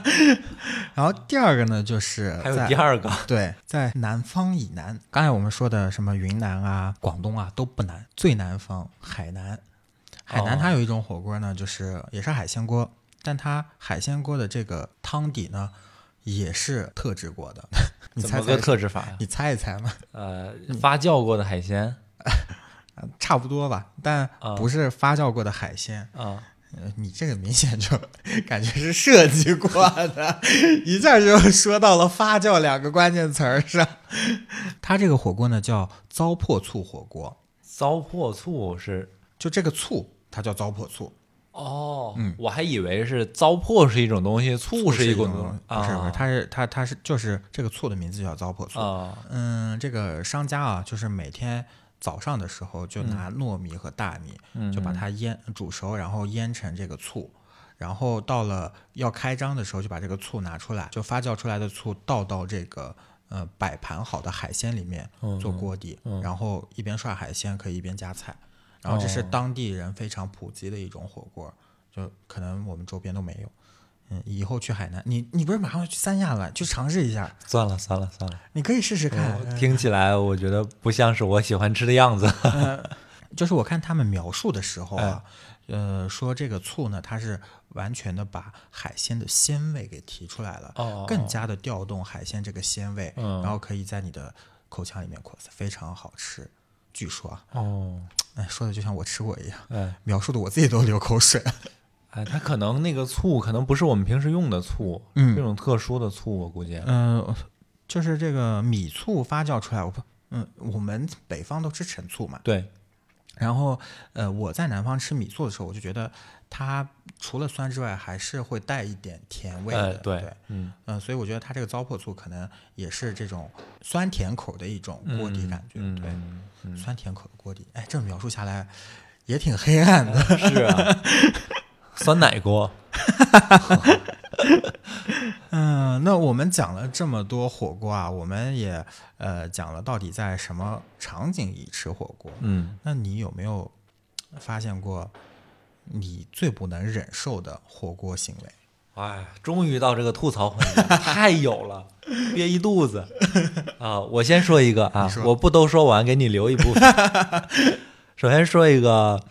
Speaker 1: 然后第二个呢，就是
Speaker 2: 还有
Speaker 1: 在
Speaker 2: 第二个，
Speaker 1: 对，在南方以南，刚才我们说的什么云南啊、广东啊都不难，最南方海南，海南
Speaker 2: 哦
Speaker 1: 它有一种火锅呢，就是也是海鲜锅，但它海鲜锅的这个汤底呢，也是特制过的。 你
Speaker 2: 怎
Speaker 1: 猜
Speaker 2: 么个
Speaker 1: 猜，
Speaker 2: 特制法呀？
Speaker 1: 你猜一猜嘛，
Speaker 2: 呃，发酵过的海鲜
Speaker 1: 差不多吧，但
Speaker 2: 啊
Speaker 1: 不是发酵过的海鲜。
Speaker 2: 啊，
Speaker 1: 呃你这个明显就 感觉是设计过的，一下就说到了发酵两个关键词儿上。它这个火锅呢叫糟粕醋火锅，
Speaker 2: 糟粕醋是
Speaker 1: 就这个醋它叫糟粕醋，
Speaker 2: 哦，我还以为是糟粕是一种东西，醋
Speaker 1: 是
Speaker 2: 一
Speaker 1: 种
Speaker 2: 种东
Speaker 1: 东
Speaker 2: 西
Speaker 1: 西不是不是，
Speaker 2: 啊
Speaker 1: 它是它它是就是这个醋的名字叫糟粕醋。
Speaker 2: 啊
Speaker 1: 嗯，这个商家啊，就是每天早上的
Speaker 2: 嗯
Speaker 1: 时候就拿糯米和大米，就把它腌煮熟，然后腌成这个醋，然后到了要开张的时候，就把这个醋拿出来，就发酵出来的醋倒到这个呃摆盘好的海鲜里面
Speaker 2: 嗯
Speaker 1: 做锅底，
Speaker 2: 嗯
Speaker 1: 然后一边涮海鲜可以一边加菜，然后这是
Speaker 2: 哦
Speaker 1: 当地人非常普及的一种火锅，就可能我们周边都没有。嗯，以后去海南，你你不是马上要去三亚了，去尝试一下，
Speaker 2: 算了算了算了，
Speaker 1: 你可以试试看。
Speaker 2: 我
Speaker 1: 嗯
Speaker 2: 听起来我觉得不像是我喜欢吃的样子。
Speaker 1: 就是我看他们描述的时候啊，呃，说这个醋呢，它是完全的把海鲜的鲜味给提出来了，
Speaker 2: 哦
Speaker 1: 更加的调动海鲜这个鲜味，
Speaker 2: 嗯
Speaker 1: 然后可以在你的口腔里面扩散，非常好吃。据说啊，
Speaker 2: 哦，
Speaker 1: 哎，说的就像我吃过一样，
Speaker 2: 哎
Speaker 1: 描述的我自己都流口水。
Speaker 2: 哎，它可能那个醋可能不是我们平时用的醋，
Speaker 1: 嗯
Speaker 2: 这种特殊的醋我估计。
Speaker 1: 嗯、就是这个米醋发酵出来，我不，嗯，我们北方都吃陈醋嘛，
Speaker 2: 对，
Speaker 1: 然后，呃，我在南方吃米醋的时候，我就觉得它除了酸之外，还是会带一点甜味的。
Speaker 2: 哎
Speaker 1: 呃对，
Speaker 2: 对，嗯
Speaker 1: 嗯、所以我觉得它这个糟粕醋可能也是这种酸甜口的一种锅底感觉。
Speaker 2: 嗯
Speaker 1: 对，
Speaker 2: 嗯嗯
Speaker 1: 酸甜口的锅底，哎，这描述下来也挺黑暗的。
Speaker 2: 嗯，是 啊，酸奶锅，
Speaker 1: 嗯、那我们讲了这么多火锅啊，我们也呃讲了到底在什么场景里吃火锅。
Speaker 2: 嗯，
Speaker 1: 那你有没有发现过你最不能忍受的火锅行为？
Speaker 2: 哎，终于到这个吐槽环节了， 太有了，憋一肚子啊！我先说一个啊，我不都说完，给你留一部分。 首先说一个，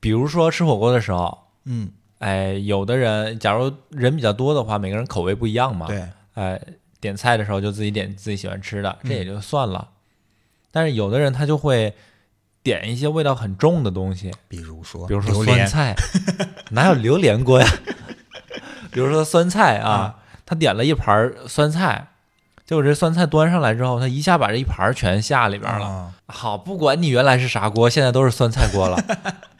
Speaker 2: 比如说吃火锅的时候，
Speaker 1: 嗯，
Speaker 2: 哎，有的人假如人比较多的话，每个人口味不一样嘛，，
Speaker 1: 对，
Speaker 2: 哎，点菜的时候就自己点自己喜欢吃的，这也就算了。但是有的人他就会点一些味道很重的东西，
Speaker 1: 比如说，
Speaker 2: 比如
Speaker 1: 榴
Speaker 2: 说酸
Speaker 1: 莲，
Speaker 2: 菜， 哪有榴莲锅呀？比如说酸菜啊，他点了一盘儿酸菜，结果这酸菜端上来之后，他一下把这一盘儿全下里边儿了。
Speaker 1: 啊
Speaker 2: 好，不管你原来是啥锅，现在都是酸菜锅了，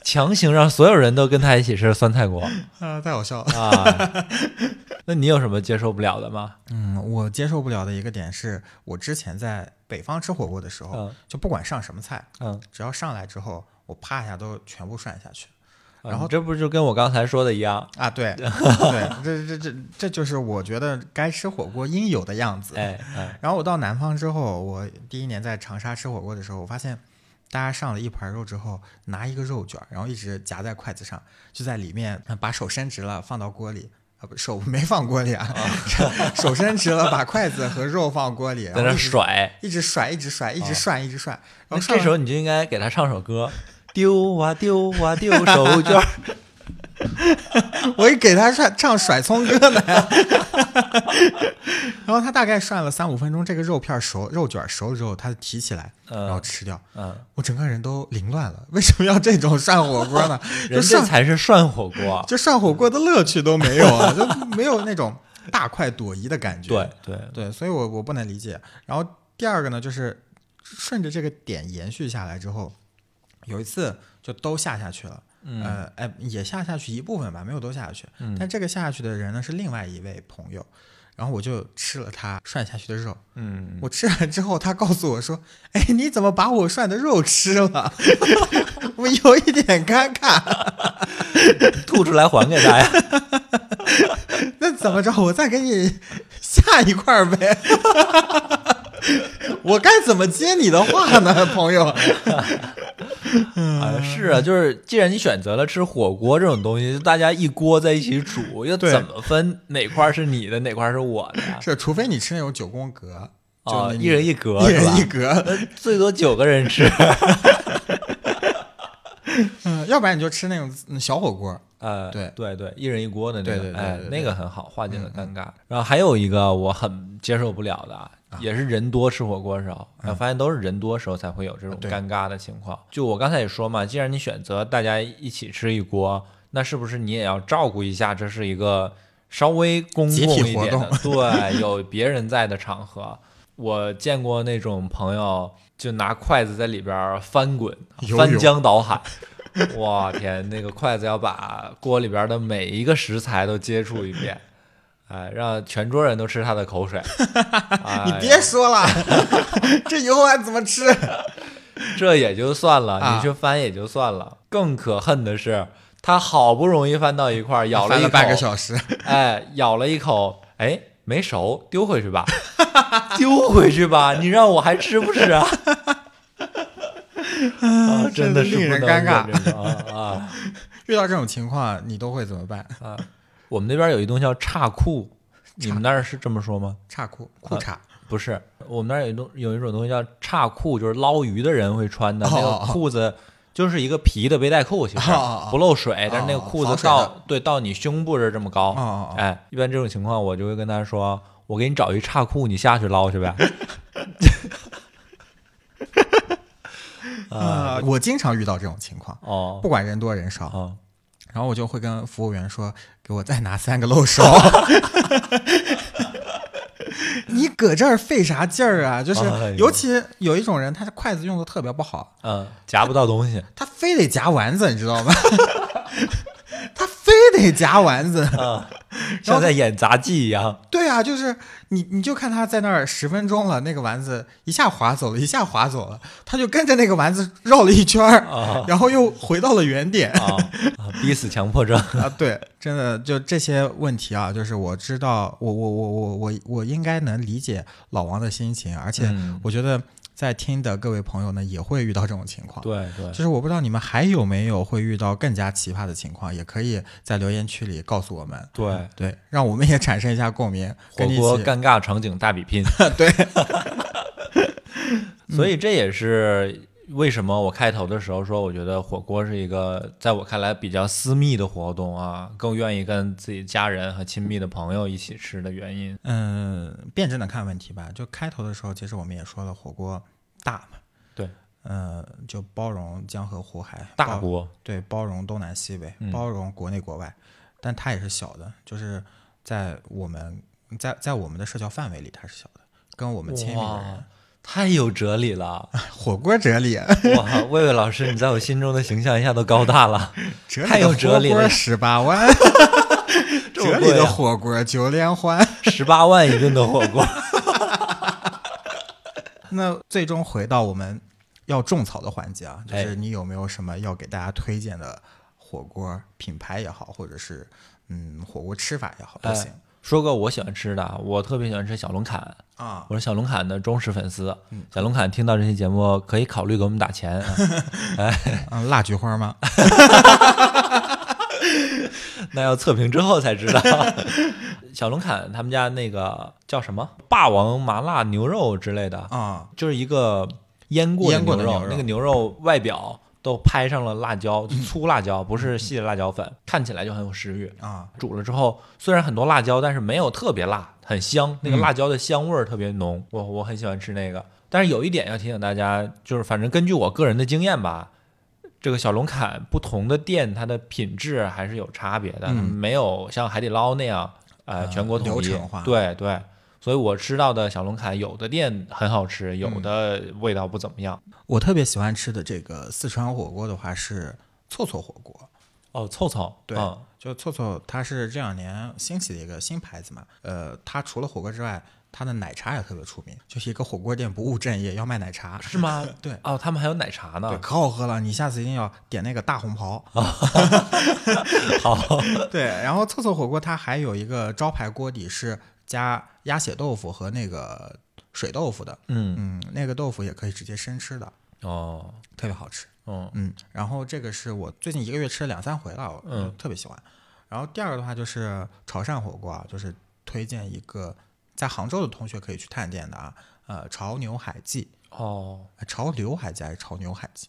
Speaker 2: 强行让所有人都跟他一起吃酸菜锅
Speaker 1: 啊，太好笑了。
Speaker 2: 啊。那你有什么接受不了的吗？
Speaker 1: 嗯，我接受不了的一个点是，我之前在北方吃火锅的时候，
Speaker 2: 嗯
Speaker 1: 就不管上什么菜，
Speaker 2: 嗯，
Speaker 1: 只要上来之后，我啪一下都全部涮下去。然
Speaker 2: 然
Speaker 1: 后
Speaker 2: 嗯后这不就跟我刚才说的一样？
Speaker 1: 啊， 对，对，这这这这就是我觉得该吃火锅应有的样子。
Speaker 2: 哎，哎
Speaker 1: 然后我到南方之后，我第一年在长沙吃火锅的时候，我发现大家上了一盘肉之后，拿一个肉卷儿，然后一直夹在筷子上，就在里面呃把手伸直了放到锅里。啊，不，手没放锅里啊， 手伸直了，把筷子和肉放锅里，然
Speaker 2: 在
Speaker 1: 后
Speaker 2: 那
Speaker 1: 一直
Speaker 2: 甩，
Speaker 1: 一直甩，一直甩，一直涮，一直涮。然
Speaker 2: 那
Speaker 1: 后上
Speaker 2: 这时候你就应该给他唱首歌，丢啊丢啊丢手绢 儿。
Speaker 1: 我一给他唱唱甩葱歌呢， 然后他大概涮了三五分钟，这个肉片儿熟，肉卷儿熟了之后，他提起来，
Speaker 2: 嗯
Speaker 1: 然后吃掉。
Speaker 2: 嗯，
Speaker 1: 我整个人都凌乱了。为什么要这种涮火锅呢？
Speaker 2: 人
Speaker 1: 就
Speaker 2: 这
Speaker 1: 涮
Speaker 2: 才是涮火 锅。
Speaker 1: 就涮火锅的乐趣都没有 啊，就没有那种大快朵颐的感觉。
Speaker 2: 对对，
Speaker 1: 对，所以我我不能理解。然后第二个呢，就是顺着这个点延续下来之后，有一次就都下下去了。
Speaker 2: 嗯
Speaker 1: 呃，哎，也下下去一部分吧，没有都下下去。
Speaker 2: 嗯
Speaker 1: 但这个下下去的人呢是另外一位朋友，然后我就吃了他涮下去的肉。
Speaker 2: 嗯，
Speaker 1: 我吃完之后，他告诉我说：“哎，你怎么把我涮的肉吃了？” 我有一点尴尬，
Speaker 2: 吐出来还给大家。
Speaker 1: 那怎么着？我再给你下一块儿呗。 我该怎么接你的话呢，朋友？嗯
Speaker 2: 啊是啊，就是既然你选择了吃火锅这种东西，就大家一锅在一起煮，又
Speaker 1: 对
Speaker 2: 怎么分哪块是你的，哪块是我的呀？
Speaker 1: 是，除非你吃那种九宫格，就
Speaker 2: 啊，
Speaker 1: 你
Speaker 2: 一人一格
Speaker 1: 哦一
Speaker 2: 是吧
Speaker 1: 人一？格，
Speaker 2: 最多九个人吃。
Speaker 1: 嗯，要不然你就吃那种嗯小火锅，
Speaker 2: 呃，
Speaker 1: 对
Speaker 2: 对对，一人一锅的那
Speaker 1: 对
Speaker 2: 个，
Speaker 1: 对对
Speaker 2: 哎
Speaker 1: 对，对嗯
Speaker 2: 那个很好，化解了尴尬。然后还有一个我很接受不了的啊，也是人多吃火锅的时候，我发现都是人多时候才会有这种
Speaker 1: 嗯对
Speaker 2: 尴尬的情况。就我刚才也说嘛，既然你选择大家一起吃一锅，那是不是你也要照顾一下？这是一个稍微公
Speaker 1: 集
Speaker 2: 共
Speaker 1: 体
Speaker 2: 一
Speaker 1: 活
Speaker 2: 点
Speaker 1: 动
Speaker 2: 的， 对，有别人在的场合。我见过那种朋友，就拿筷子在里边儿翻滚、
Speaker 1: 游
Speaker 2: 翻
Speaker 1: 泳
Speaker 2: 江倒海， 我天，那个筷子要把锅里边的每一个食材都接触一遍，哎，让全桌人都吃他的口 水。哎
Speaker 1: 你
Speaker 2: 呀
Speaker 1: 别说了， 这以后还怎么吃？
Speaker 2: 这也就算了，
Speaker 1: 啊
Speaker 2: 你去翻也就算了，更可恨的是，他好不容易翻到一块儿，咬
Speaker 1: 翻
Speaker 2: 一
Speaker 1: 了
Speaker 2: 口，
Speaker 1: 半个小时，
Speaker 2: 哎，咬了一口，哎，没熟，丢回 去吧，丢回去吧，你让我还吃不 吃啊？啊，真的是
Speaker 1: 令
Speaker 2: 不
Speaker 1: 人
Speaker 2: 能
Speaker 1: 尴尬
Speaker 2: 忍着啊啊！
Speaker 1: 遇到这种情况你都会怎么办？
Speaker 2: 我们那边有一东西叫叉裤，你们那儿是这么说吗？
Speaker 1: 叉裤裤衩，
Speaker 2: 不是，我们那儿有一种有一种东西叫叉裤，就是捞鱼的人会穿的、
Speaker 1: 哦
Speaker 2: 那
Speaker 1: 哦
Speaker 2: 个
Speaker 1: 哦
Speaker 2: 裤子，就是一个皮的背带裤，其实、
Speaker 1: 哦哦哦
Speaker 2: 不漏水，但是那个
Speaker 1: 哦哦
Speaker 2: 裤
Speaker 1: 防
Speaker 2: 子
Speaker 1: 水
Speaker 2: 到、
Speaker 1: 的
Speaker 2: 对到你胸部这儿这么高。
Speaker 1: 哦哦哦
Speaker 2: 哎，一般这种情况我就会跟他说：“我给你找一叉裤，你下去捞去 呗。
Speaker 1: 啊，我经常遇到这种情况”，
Speaker 2: 哦，
Speaker 1: 不管人多人少，
Speaker 2: 哦，
Speaker 1: 然后我就会跟服务员说，给我再拿三个漏 勺。你搁这儿费啥劲儿啊？就是
Speaker 2: 哎呦，
Speaker 1: 尤其有一种人，他的筷子用的特别不好，
Speaker 2: 嗯，夹不到东西。
Speaker 1: 他非得夹丸子，你知道吗？ 他非得夹丸子。
Speaker 2: 嗯，像在演杂技一样。
Speaker 1: 对啊，就是你，你就看他在那儿十分钟了，那个丸子一下滑走了，一下滑走了，他就跟着那个丸子绕了一圈儿，
Speaker 2: 啊
Speaker 1: 然后又回到了原点。
Speaker 2: 啊，啊逼死强迫 症。
Speaker 1: 啊，对，真的就这些问题啊，就是我知道，我我我我我我应该能理解老王的心情，而且
Speaker 2: 嗯
Speaker 1: 我觉得在听的各位朋友呢，也会遇到这种情况。
Speaker 2: 对对
Speaker 1: 就，是我不知道你们还有没有会遇到更加奇葩的情况，也可以在留言区里告诉我们。
Speaker 2: 对
Speaker 1: 对，让我们也产生一下共鸣，
Speaker 2: 火
Speaker 1: 跟你一
Speaker 2: 锅
Speaker 1: 起。
Speaker 2: 尴尬场景大比拼。
Speaker 1: 对，
Speaker 2: 所以这也是为什么我开头的时候说，我觉得火锅是一个在我看来比较私密的活动啊，更愿意跟自己家人和亲密的朋友一起吃的原因。
Speaker 1: 嗯，辩证的看问题吧。就开头的时候，其实我们也说了，火锅大嘛，
Speaker 2: 对，
Speaker 1: 嗯，就包容江河湖海，
Speaker 2: 大
Speaker 1: 包
Speaker 2: 锅，
Speaker 1: 对，包容东南西北
Speaker 2: 嗯，
Speaker 1: 包容国内国外，但它也是小的，就是在我们在在我们的社交范围里，它是小的，跟我们亲密的
Speaker 2: 哇
Speaker 1: 人，，
Speaker 2: 太有哲理了！
Speaker 1: 火锅哲 理，
Speaker 2: 哇，魏魏老师，你在我心中的形象一下都高大了，太有哲理
Speaker 1: 火锅，
Speaker 2: 了
Speaker 1: 十 八万，
Speaker 2: 这 么
Speaker 1: 哲理
Speaker 2: 贵
Speaker 1: 的
Speaker 2: 啊
Speaker 1: 火锅九连欢。
Speaker 2: 十八万一顿的火锅。
Speaker 1: 那最终回到我们要种草的环节啊，就
Speaker 2: 哎
Speaker 1: 是你有没有什么要给大家推荐的火锅品牌也好，或者是嗯火锅吃法也好都
Speaker 2: 哎
Speaker 1: 行
Speaker 2: 说个我喜欢吃的啊，我特别喜欢吃小龙坎，
Speaker 1: 啊。
Speaker 2: 我是小龙坎的忠实粉丝。小龙坎听到这期节目，可以考虑给我们打 钱啊。
Speaker 1: 嗯，辣菊花吗？
Speaker 2: 那要测评之后才知道。 小龙坎他们家那个叫什么霸王麻辣牛肉之类的，
Speaker 1: 啊，
Speaker 2: 就是一个腌过的
Speaker 1: 腌过的
Speaker 2: 牛肉，
Speaker 1: 牛肉
Speaker 2: 那个牛肉外表都拍上了辣椒，就粗辣椒，不是细的辣椒粉，看起来就很有食欲。
Speaker 1: 啊，
Speaker 2: 煮了之后，虽然很多辣椒，但是没有特别辣，很香，
Speaker 1: 嗯
Speaker 2: 那个辣椒的香味儿特别浓，我我很喜欢吃那个。但是有一点要提醒大家，就是反正根据我个人的经验吧，这个小龙坎不同的店它的品质还是有差别的，
Speaker 1: 嗯
Speaker 2: 没有像海底捞那样呃
Speaker 1: 呃
Speaker 2: 全国统一。
Speaker 1: 流程化
Speaker 2: 对对，所以我吃到的小龙坎，有的店很好吃，
Speaker 1: 嗯
Speaker 2: 有的味道不怎么样。
Speaker 1: 我特别喜欢吃的这个四川火锅的话是凑凑火锅，
Speaker 2: 哦，凑凑，
Speaker 1: 对
Speaker 2: 嗯
Speaker 1: 就凑凑它是这两年兴起的一个新牌子嘛。呃，它除了火锅之外，它的奶茶也特别出名，就是一个火锅店不务正业要卖奶茶，
Speaker 2: 是吗？
Speaker 1: 对
Speaker 2: 哦，他们还有奶茶
Speaker 1: 对，
Speaker 2: 呢。
Speaker 1: 可好喝了，你下次一定要点那个大红袍。
Speaker 2: 好，
Speaker 1: 对，然后凑凑火锅它还有一个招牌锅底是加鸭血豆腐和那个水豆腐的，
Speaker 2: 嗯，
Speaker 1: 嗯，那个豆腐也可以直接生吃的，
Speaker 2: 哦，
Speaker 1: 特别好吃。
Speaker 2: 嗯
Speaker 1: 嗯，然后这个是我最近一个月吃了两三回了，我
Speaker 2: 嗯
Speaker 1: 特别喜欢。然后第二个的话就是潮汕火锅啊，就是推荐一个在杭州的同学可以去探店的啊，呃，潮牛海记，
Speaker 2: 哦。
Speaker 1: 呃潮流海记还是潮牛海记？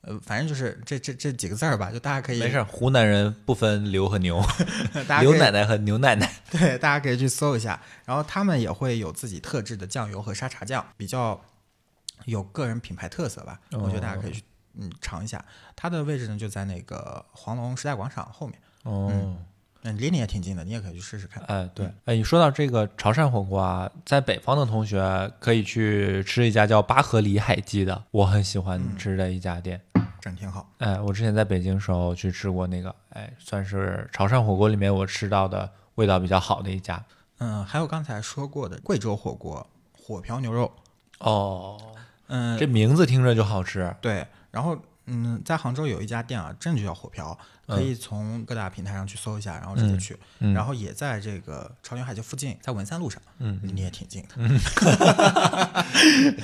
Speaker 1: 呃，反正就是这这这几个字儿吧，就大家可以
Speaker 2: 没事，儿，湖南人不分刘和牛，
Speaker 1: 大家
Speaker 2: 刘
Speaker 1: 可以
Speaker 2: 奶奶和牛奶奶。
Speaker 1: 对，大家可以去搜一下。然后他们也会有自己特制的酱油和沙茶酱，比较有个人品牌特色吧。我觉得大
Speaker 2: 哦
Speaker 1: 家可以去嗯尝一下。它的位置呢就在那个黄龙时代广场后面，
Speaker 2: 哦，
Speaker 1: 嗯，离你也挺近的，你也可以去试试看。
Speaker 2: 哎，对，哎，你说到这个潮汕火锅啊，在北方的同学可以去吃一家叫八合里海记的，我很喜欢吃的一家店。
Speaker 1: 整挺好。
Speaker 2: 哎，我之前在北京时候去吃过那个，哎，算是潮汕火锅里面我吃到的味道比较好的一家。
Speaker 1: 嗯，还有刚才说过的贵州火锅火瓢牛肉，
Speaker 2: 哦，
Speaker 1: 嗯，
Speaker 2: 这名字听着就好吃。
Speaker 1: 对，然后嗯，在杭州有一家店啊，真的就叫火瓢，可以从各大平台上去搜一下，然后直接去。
Speaker 2: 嗯
Speaker 1: 然后也在这个朝阳海街附近，在文山路上，
Speaker 2: 嗯，
Speaker 1: 离你也挺近的。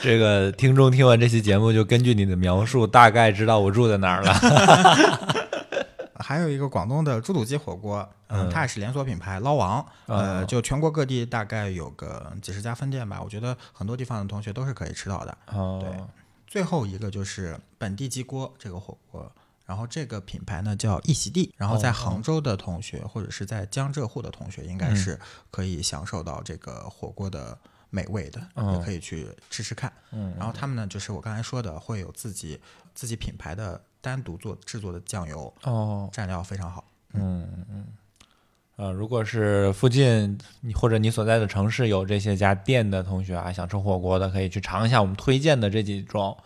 Speaker 2: 这个听众听完这期节目，就根据你的描述，大概知道我住在哪 儿了。
Speaker 1: 还有一个广东的猪肚鸡火锅，嗯，它也是连锁品牌，捞王，
Speaker 2: 哦
Speaker 1: 呃，就全国各地大概有个几十家分店吧。我觉得很多地方的同学都是可以吃到的。
Speaker 2: 哦，
Speaker 1: 最后一个就是本地鸡锅这个火锅，然后这个品牌呢叫一席地，然后
Speaker 2: 哦
Speaker 1: 在杭州的同学、或者是在江浙沪的同学，应
Speaker 2: 嗯
Speaker 1: 该是可以享受到这个火锅的美味的，
Speaker 2: 哦
Speaker 1: 也可以去吃吃看。
Speaker 2: 嗯，
Speaker 1: 然后他们呢，就是我刚才说的，会有自己自己品牌的单独做制作的酱油，
Speaker 2: 哦，
Speaker 1: 蘸料非常好。
Speaker 2: 呃，如果是附近你或者你所在的城市有这些家店的同学啊，想吃火锅的，可以去尝一下我们推荐的这几种。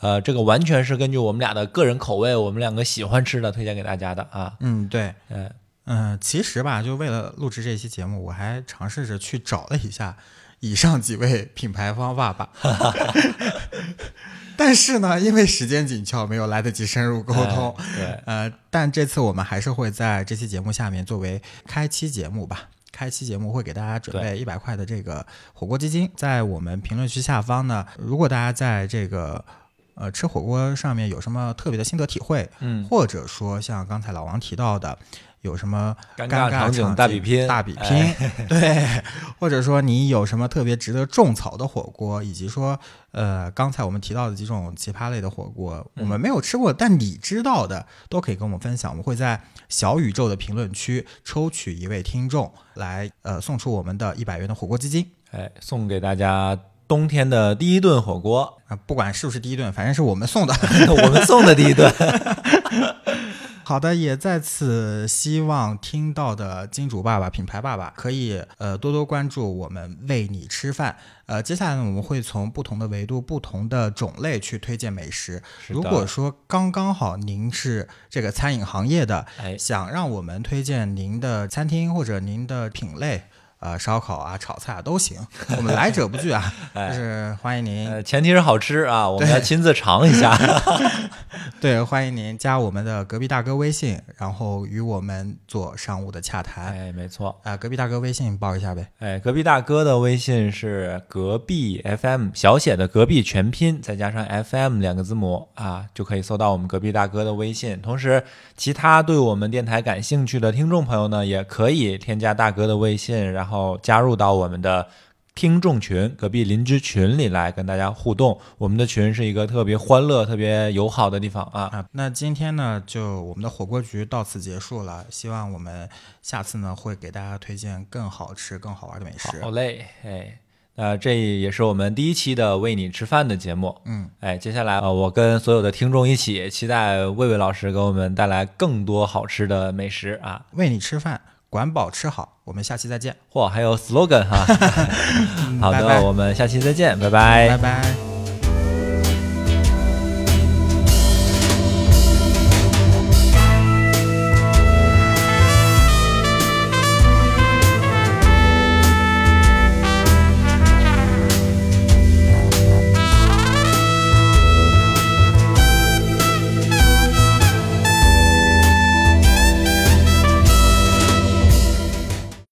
Speaker 2: 呃，这个完全是根据我们俩的个人口味，我们两个喜欢吃的推荐给大家的啊。
Speaker 1: 嗯，对，
Speaker 2: 嗯
Speaker 1: 嗯，其实吧，就为了录制这期节目，我还尝试着去找了一下以上几位品牌方爸 爸，但是呢，因为时间紧俏，没有来得及深入沟通。
Speaker 2: 哎对，
Speaker 1: 呃，但这次我们还是会在这期节目下面作为开期节目吧。开期节目会给大家准备一百块的这个火锅基金，在我们评论区下方呢，如果大家在这个呃吃火锅上面有什么特别的心得体会，
Speaker 2: 嗯，
Speaker 1: 或者说像刚才老王提到的，有什么
Speaker 2: 尴
Speaker 1: 尬
Speaker 2: 尬场景大比拼哎
Speaker 1: 大比拼， 对，或者说你有什么特别值得种草的火锅，以及说呃刚才我们提到的几种奇葩类的火锅，我们没有吃过但你知道的，都可以跟我们分享。我们会在小宇宙的评论区抽取一位听众来呃送出我们的一百元的火锅基金。
Speaker 2: 哎，送给大家冬天的第一顿火锅，
Speaker 1: 啊，不管是不是第一顿，反正是我们送的。
Speaker 2: 我们送的第一顿。
Speaker 1: 好的，也在此希望听到的金主爸爸、品牌爸爸可以呃多多关注我们为你吃饭。呃，接下来呢，我们会从不同的维度、不同的种类去推荐美食。
Speaker 2: 是 的
Speaker 1: 如果说刚刚好您是这个餐饮行业的，
Speaker 2: 哎，
Speaker 1: 想让我们推荐您的餐厅或者您的品类。呃，烧烤啊，炒菜啊都 行，我们来者不拒啊，
Speaker 2: 哎
Speaker 1: 就是欢迎您
Speaker 2: 呃，前提是好吃啊，我们要
Speaker 1: 对
Speaker 2: 亲自尝一下。
Speaker 1: 对，欢迎您加我们的隔壁大哥微信，然后与我们做商务的洽谈。啊、
Speaker 2: 哎，没错。
Speaker 1: 隔壁大哥微信报一下呗。
Speaker 2: 哎，隔壁大哥的微信是隔壁 FM 小写的隔壁全拼，再加上 FM 两个字母啊，就可以搜到我们隔壁大哥的微信。同时，其他对我们电台感兴趣的听众朋友呢，也可以添加大哥的微信，然后加入到我们的听众群、隔壁邻居群里来跟大家互动。我们的群是一个特别欢乐、特别友好的地方啊。
Speaker 1: 啊，那今天呢，就我们的火锅局到此结束了。希望我们下次呢，会给大家推荐更好吃、更好玩的美食。
Speaker 2: 好嘞，哎，那这也是我们第一期的为你吃饭的节目。
Speaker 1: 嗯，
Speaker 2: 哎，接下来呃，我跟所有的听众一起期待魏魏老师给我们带来更多好吃的美食啊，
Speaker 1: 为你吃饭，管饱吃好。我们下期再见，
Speaker 2: 嚯，还有 slogan 哈。好的，
Speaker 1: 拜拜
Speaker 2: 我们下期再见，拜
Speaker 1: 拜拜。